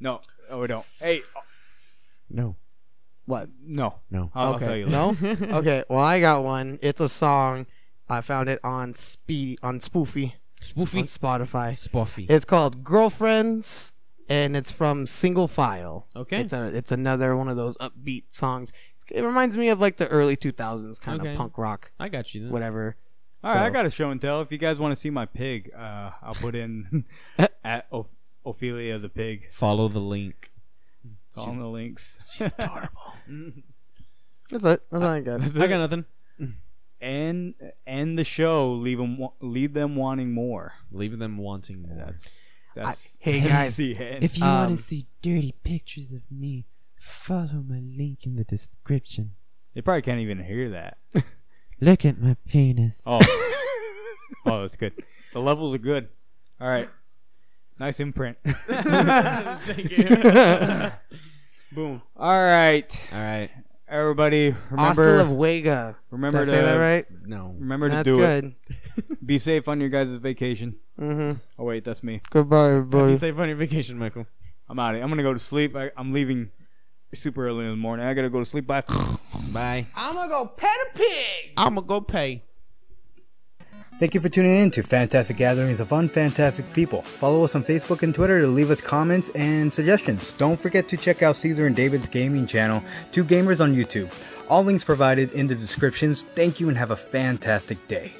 No, oh, we don't. Hey, uh,
No.
What?
no,
No.
I'll,
okay.
I'll tell you. later.
no. okay. Well, I got one. It's a song. I found it on Speed on Spoofy on
Spoofy.
Spotify.
Spoofy.
It's called Girlfriends, and it's from Single File.
Okay.
It's, a, it's another one of those upbeat songs. It's, it reminds me of like the early 2000s kind
Okay.
of punk rock,
I got you. Then.
whatever.
All right, I
So-
got a show and tell. If you guys want to see my pig, uh, I'll put in at o- Ophelia the pig.
Follow the link.
It's all in the links.
That's it. That's all I got.
I got nothing.
and and the show. Leave them. Leave them wanting more.
Leaving them wanting more.
That's that's.
hey, guys,
the end.
If you
Um,
want to see dirty pictures of me, follow my link in the description.
they probably can't even hear that.
Look at my penis.
Oh, oh, that's good. The levels are good. All right, nice imprint.
Thank you.
Boom. All right,
All right.
everybody.
Hostel
Remember,
of Wega. Did
remember
I
to
say that right?
No.
Remember to
That's
do
good.
it. Be safe on your guys' vacation.
Mm-hmm.
Oh wait, that's me.
Goodbye, everybody.
Be safe on your vacation, Michael.
I'm out. I'm gonna go to sleep. I, I'm leaving super early in the morning. I gotta go to sleep. Bye.
Bye.
I'm gonna go pet a pig.
I'ma go pay.
Thank you for tuning in to Fantastic Gatherings of Unfantastic People. Follow us on Facebook and Twitter to leave us comments and suggestions. Don't forget to check out Caesar and David's gaming channel, Two Gamers on YouTube. All links provided in the descriptions. Thank you and have a fantastic day.